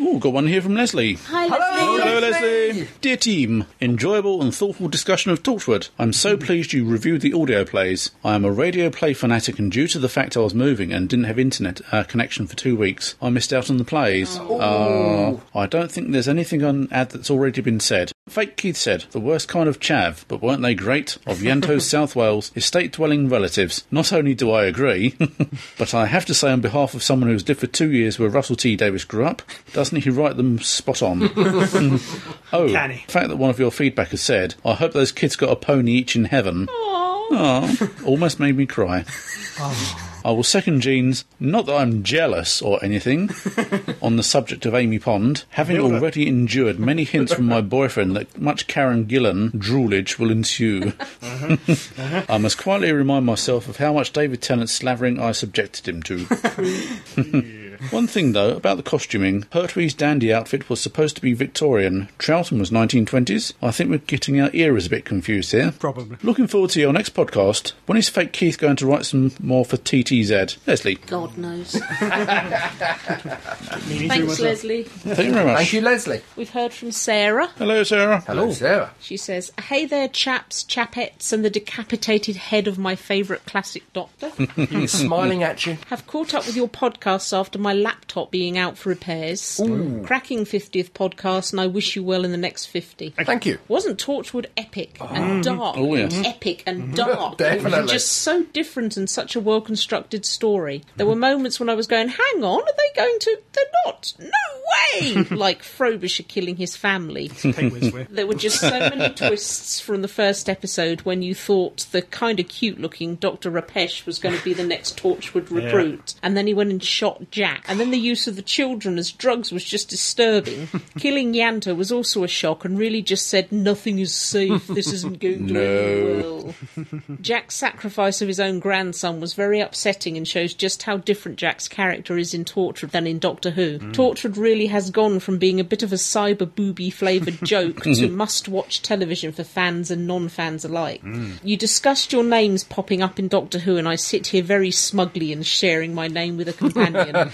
Oh, got one here from Leslie.
Hi,
Hello.
Leslie.
Hello,
Leslie.
Leslie. Dear team, enjoyable and thoughtful discussion of Torchwood. I'm so pleased you reviewed the audio plays. I am a radio play fanatic, and due to the fact I was moving and didn't have internet uh, connection for two weeks, I missed out on the plays. Uh, I don't think there's anything on ad that's already been said. Fake Keith said, the worst kind of chav, but weren't they great? Of Yanto's South Wales estate dwelling relatives. Not only do I agree, but I have to say, on behalf of someone who's lived for two years where Russell T Davis grew up, doesn't he write them spot on? Oh,
Canny.
the fact that one of your feedbackers said, I hope those kids got a pony each in heaven. Aw, almost made me cry. I will second Jean's, not that I'm jealous or anything, on the subject of Amy Pond, having already endured many hints from my boyfriend that much Karen Gillan droolage will ensue. I must quietly remind myself of how much David Tennant's slavering I subjected him to. One thing, though, about the costuming, Pertwee's dandy outfit was supposed to be Victorian. Troughton was 1920s. I think we're getting our eras a bit confused here.
Probably.
Looking forward to your next podcast. When is Fake Keith going to write some more for TTZ? Leslie,
God knows.
Meaning to
Thanks,
myself.
Leslie.
thank you very much.
Thank you, Leslie.
We've heard from Sarah.
Hello, Sarah.
Hello, Sarah.
She says, Hey there, chaps, chapettes, and the decapitated head of my favourite classic doctor.
He's smiling at you.
Have caught up with your podcasts after my my laptop being out for repairs. Cracking 50th podcast, and I wish you well in the next 50.
Thank you.
Wasn't Torchwood epic and dark?
Oh, yes.
and Epic and dark.
Definitely.
And just so different and such a well constructed story. There were moments when I was going, hang on, are they going to. They're not. No way! like Frobisher killing his family.
Pig whiz we're-
There were just so many twists from the first episode when you thought the kind of cute looking Dr. Rapesh was going to be the next Torchwood recruit. And then he went and shot Jack. And then the use of the children as drugs was just disturbing. Killing Yanta was also a shock and really just said, nothing is safe. This isn't going to end well. Jack's sacrifice of his own grandson was very upsetting and shows just how different Jack's character is in Torchwood than in Doctor Who. Torchwood really has gone from being a bit of a cyber booby flavoured joke to must watch television for fans and non fans alike. You discussed your names popping up in Doctor Who, and I sit here very smugly and sharing my name with a companion.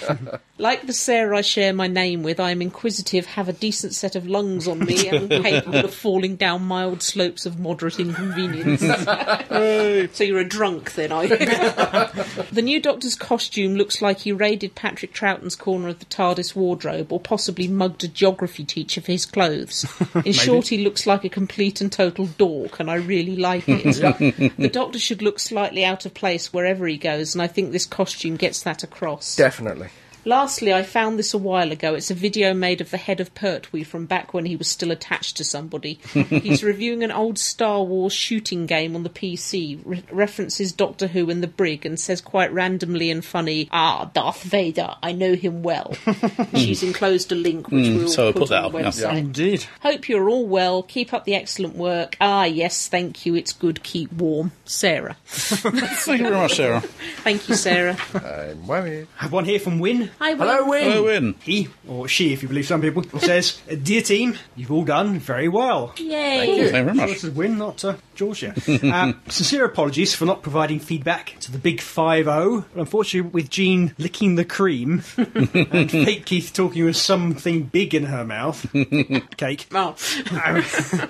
Like the Sarah I share my name with, I am inquisitive, have a decent set of lungs on me, and capable of falling down mild slopes of moderate inconvenience. so you're a drunk then, are you? the new Doctor's costume looks like he raided Patrick Troughton's corner of the TARDIS wardrobe, or possibly mugged a geography teacher for his clothes. In short, he looks like a complete and total dork, and I really like it. the Doctor should look slightly out of place wherever he goes, and I think this costume gets that across.
Definitely.
Lastly, I found this a while ago. It's a video made of the head of Pertwee from back when he was still attached to somebody. He's reviewing an old Star Wars shooting game on the PC, re- references Doctor Who and the Brig, and says quite randomly and funny, Ah, Darth Vader, I know him well. She's enclosed a link which we'll
Mm, so I'll
put,
put that
on the
up, yeah.
website.
Indeed.
Hope you're all well. Keep up the excellent work. Ah, yes, thank you. It's good. Keep warm. Sarah.
Thank you very much, Sarah.
Thank you, Sarah.
I'm worried.
I have one here from Win.
Hi, Will.
Hello, Win.
Hello, Win.
He, or she, if you believe some people, says, Dear team, you've all done very well.
Yay.
Thank you very
So
much.
this is Win, not uh, Georgia. um, sincere apologies for not providing feedback to the big 5 0. Unfortunately, with Jean licking the cream and fake Keith talking with something big in her mouth, cake,
Oh.
I'm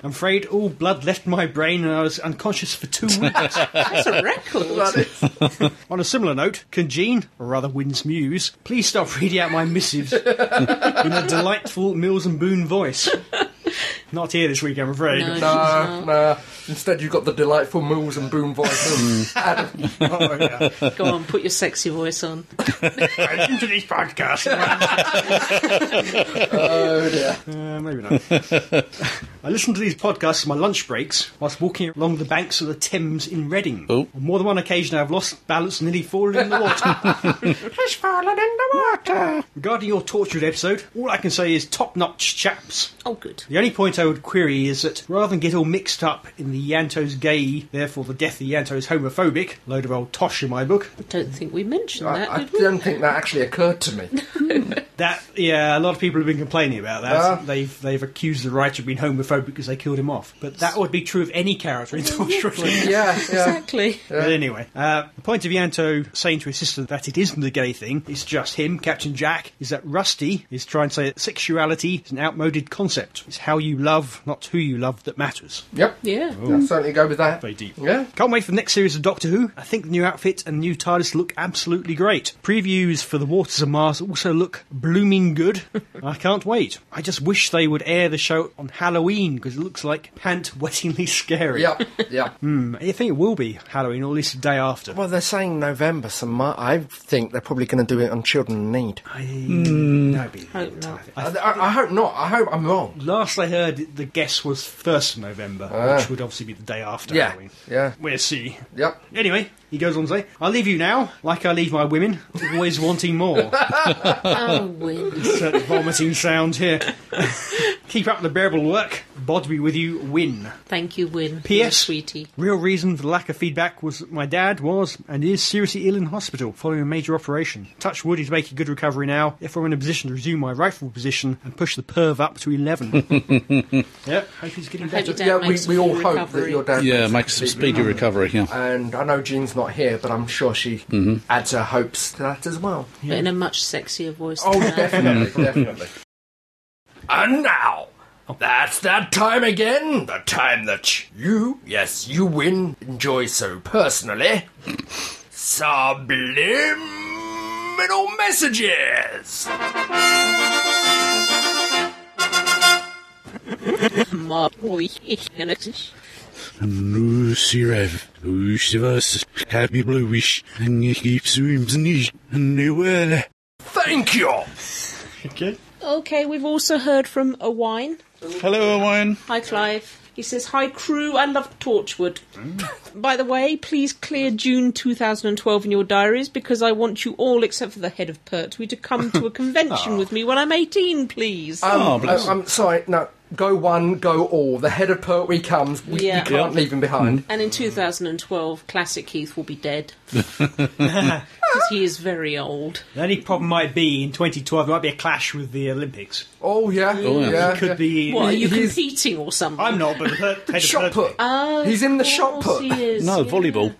I'm afraid all blood left my brain and I was unconscious for two weeks.
That's a record.
On a similar note, can Jean, or rather Win's muse, please stop reading out my missives in a delightful Mills and Boone voice? Not here this week, I'm afraid.
No, no. Instead, you've got the delightful Mills and Boom voice. Hmm. of Adam.
Oh, yeah.
Go on, put your sexy voice on.
Listen to this podcast.
Oh dear.
Uh, maybe not. I listen to these podcasts on my lunch breaks whilst walking along the banks of the Thames in Reading.
Oh.
On more than one occasion, I've lost balance and nearly fallen in the water. Has fallen in the water. Regarding your tortured episode, all I can say is top notch chaps.
Oh, good.
The only point I would query is that rather than get all mixed up in the Yanto's gay, therefore the death of Yanto is homophobic, load of old tosh in my book,
I don't think we mentioned that,
I, I
did we?
don't think that actually occurred to me.
That yeah, a lot of people have been complaining about that.
Ah.
they've they've accused the writer of being homophobic because they killed him off. But that would be true of any character in Torchwood.
Yeah, yeah.
Exactly.
But anyway, uh, the point of Yanto saying to his sister that it isn't a gay thing, it's just him, Captain Jack, is that Rusty is trying to say that sexuality is an outmoded concept. It's how you love, not who you love, that matters.
Yep.
Yeah.
I'll certainly go with that.
Very deep.
Yeah.
Can't wait for the next series of Doctor Who. I think the new outfit and new TARDIS look absolutely great. Previews for the Waters of Mars also look blooming good. I can't wait. I just wish they would air the show on Halloween because it looks like pant wettingly scary.
Yep. Yeah.
Hmm, I think it will be Halloween, or at least the day after.
Well, they're saying November, so my, I think they're probably going to do it on Children in Need.
I, no, it'd be-
Hope not.
hmm. I, I, I hope not. I hope I'm wrong.
Last I heard, the guess was 1st of November, which would obviously be the day after
Ah. Yeah.
Halloween.
Yeah.
We'll see.
Yep.
Anyway, he goes on to say, I leave you now, like I leave my women, always wanting more.
Oh, win.
certain vomiting sound here. Keep up the bearable work. Bod be with you, win.
Thank you, Win.
P.S.
You're a sweetie.
Real reason for the lack of feedback was that my dad was and is seriously ill in hospital following a major operation. Touch wood, he's making good recovery now. If I'm in a position to resume my rightful position and push the perv up to 11. yep, hope he's getting
Hope
better.
your dad
yeah, we,
makes a
we
full
all hope that
recovery.
your dad.
Yeah, make some speedy recovery. Yeah.
And I know Jean's not here, but I'm sure she
Mm-hmm.
adds her hopes to that as well.
But in a much sexier voice.
Oh,
than uh, that.
definitely, definitely. And now, that's that time again. The time that you, yes, you win, enjoy so personally. Sublim. subliminal messages.
Nusirev, Usivas, Happy Bluish, and Ipswims Nish, Nowhere.
Thank you.
Okay.
Okay, we've also heard from a wine.
Hello, Owen.
Hi, Clive. He says, Hi, crew, I love Torchwood. By the way, please clear June 2012 in your diaries because I want you all, except for the head of Pertwee, to come to a convention with me when I'm 18, please.
Um,
Oh, bless.
I, am sorry. No, go one, go all. The head of Pertwee comes. We, we
Yeah.
can't leave him behind.
Mm.
and in 2012, Classic Keith will be dead. Because he is very old.
The only problem might be in 2012 there might be a clash with the Olympics.
Oh yeah,
yeah.
yeah.
It could
yeah.
be.
What, are you
He's-
competing or something?
I'm not, but the head
Shot
of
put.
Pertwee.
He's in the shot
Oh, Of
put.
course he is,
No,
yeah.
volleyball.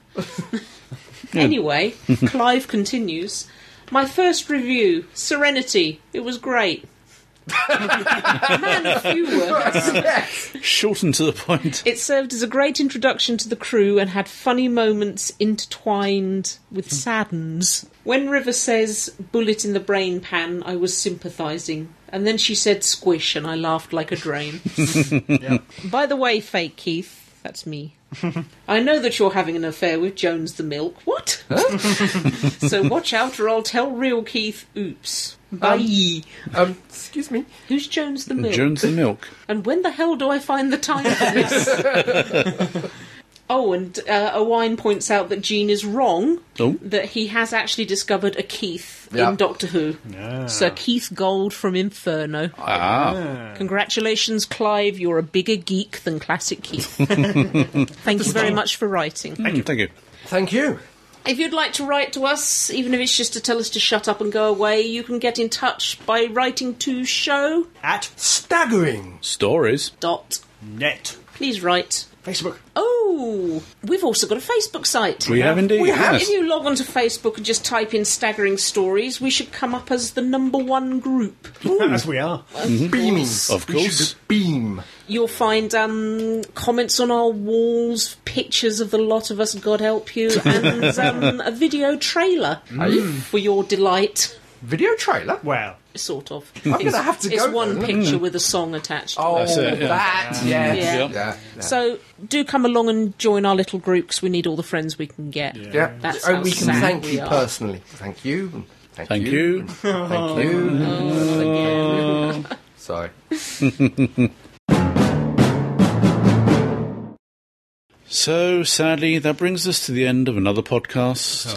Anyway, Clive continues. My first review, Serenity. It was great. Man of few words.
yes.
Shortened to the point.
It served as a great introduction to the crew and had funny moments intertwined with saddens. When River says, bullet in the brain pan, I was sympathising. And then she said, squish, and I laughed like a drain. By the way, fake Keith, that's me. I know that you're having an affair with Jones the Milk. What? so watch out, or I'll tell real Keith, oops. Bye.
Um, excuse me.
Who's Jones the Milk?
Jones the Milk.
And when the hell do I find the time for this? oh, and uh, Owain points out that Gene is wrong,
Oh.
that he has actually discovered a Keith
Yeah.
in Doctor Who. Sir Keith Gold from Inferno.
Ah.
Congratulations, Clive, you're a bigger geek than classic Keith. Thank you very much for writing.
Thank you. Thank you.
Thank you.
If you'd like to write to us, even if it's just to tell us to shut up and go away, you can get in touch by writing to show
At
Staggering.
Stories.
dot.
net.
Please write
Facebook.
Oh, we've also got a Facebook site.
We have indeed.
We have
yes.
If you log onto Facebook and just type in staggering stories, we should come up as the number one group.
As we are.
Beaming.
Of
We
course.
should beam.
You'll find um, comments on our walls, pictures of the lot of us, God help you, and um, a video trailer for your delight.
Video trailer.
Well,
Sort of.
I'm gonna have to
It's
go
one
then.
picture with a song attached.
Oh,
That's it, yeah. Mm.
that. Yes.
Yeah.
Yeah. Yeah.
So do come along and join our little group 'cause we need all the friends we can get.
Yeah.
That's
oh,
how
we can
sad
thank
we
you
are.
personally. Thank you. and Thank,
Thank
you.
you.
and Thank you. and Thank you. Sorry.
So, sadly, that brings us to the end of another podcast.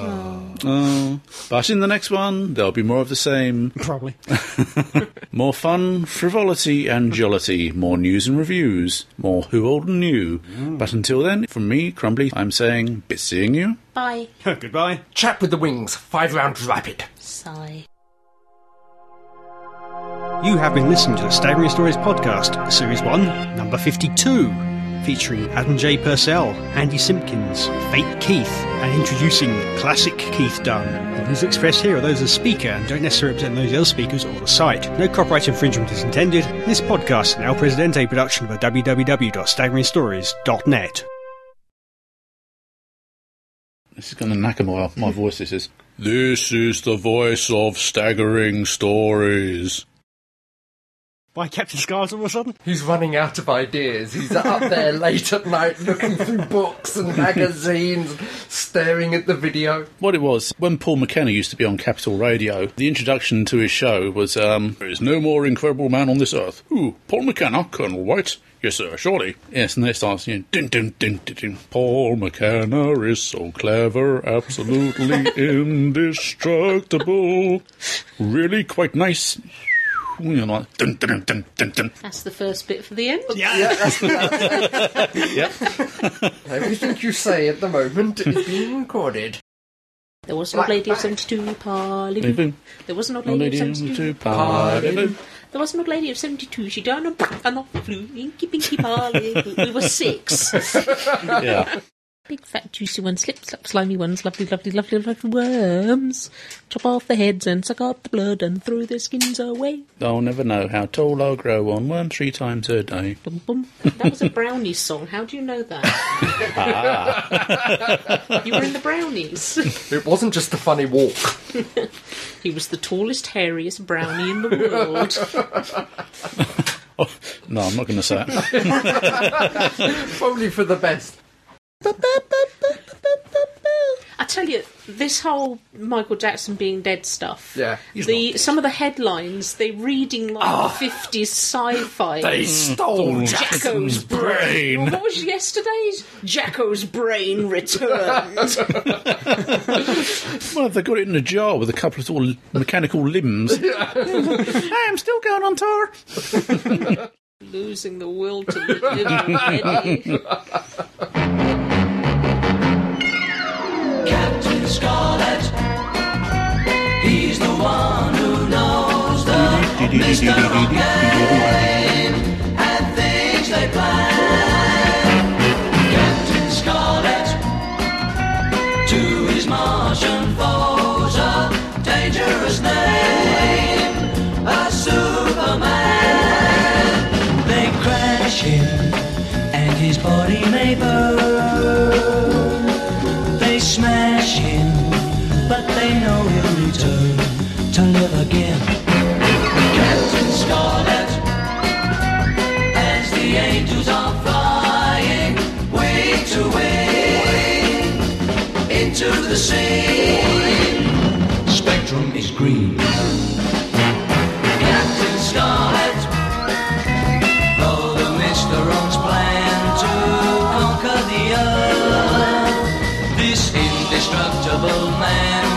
Oh. But in the next one, there'll be more of the same.
probably.
More fun, frivolity, and jollity. More news and reviews. More who old and new. But until then, from me, Crumbly, I'm saying, bit seeing you.
Bye.
Goodbye.
Chap with the wings. Five round rapid.
Sigh.
You have been listening to the Staggering Stories podcast, Series 1, Number 52, featuring Adam J. Purcell, Andy Simpkins, Fake Keith, and introducing Classic Keith Dunn. The views expressed here are those of the speaker and don't necessarily represent those of the speakers or the site. No copyright infringement is intended. This podcast is an El Presidente production of www.staggeringstories.net.
This is going to knacker my, my voice, this is.
This is the voice of staggering stories.
Why Captain Scars all of a sudden?
He's running out of ideas. He's up there late at night looking through books and magazines, staring at the video.
What it was, when Paul McKenna used to be on Capital Radio, the introduction to his show was, um, There is no more incredible man on this earth. Who? Paul McKenna? Colonel White? Yes, sir, surely. Yes, and they start singing, dun, dun, dun, dun, dun. Paul McKenna is so clever, absolutely indestructible. Really quite nice. You know, like, dun, dun, dun, dun, dun.
That's the first bit for the end.
Yep.
Everything you say at the moment is being recorded.
There was an old lady of 72, parley.
Boom.
There was an old
No
lady of
need
72.
to party. Boom.
There was an old lady of 72. She down and, and off flew. Inky, pinky, parley. We were six.
Yeah.
Big fat juicy ones, slip slap slimy ones, lovely, lovely, lovely, lovely worms. Chop off the heads and suck up the blood and throw their skins away.
I'll never know how tall I'll grow on worm three times a day.
Bum, bum. That was a brownies song. How do you know that? you were in the brownies.
It wasn't just a funny walk.
he was the tallest, hairiest brownie in the world.
Oh, no, I'm not going to say that.
Probably for the best.
I tell you, this whole Michael Jackson being dead stuff.
Yeah, he's Ah,
The some of the headlines they're reading like fifties sci-fi.
They stole
Jacko's
Jackson's
brain.
brain.
What was yesterday's? Jacko's brain returned.
Well, if they got it in a jar with a couple of little mechanical limbs. hey, I'm still going on tour.
Losing the will to live. Eddie.
Captain Scarlet. He's the one who knows the Mr. Rocket and things they plan. Captain Scarlet to his Martian foes a dangerous name, a Superman. They crash him and his body may burn. They smash him, but they know he'll return to live again. Captain Scarlet, as the angels are flying, wing to wing, into the sea. Spectrum is green. Captain Scarlet, though the Mr. Owns plan to conquer the earth. This indestructible man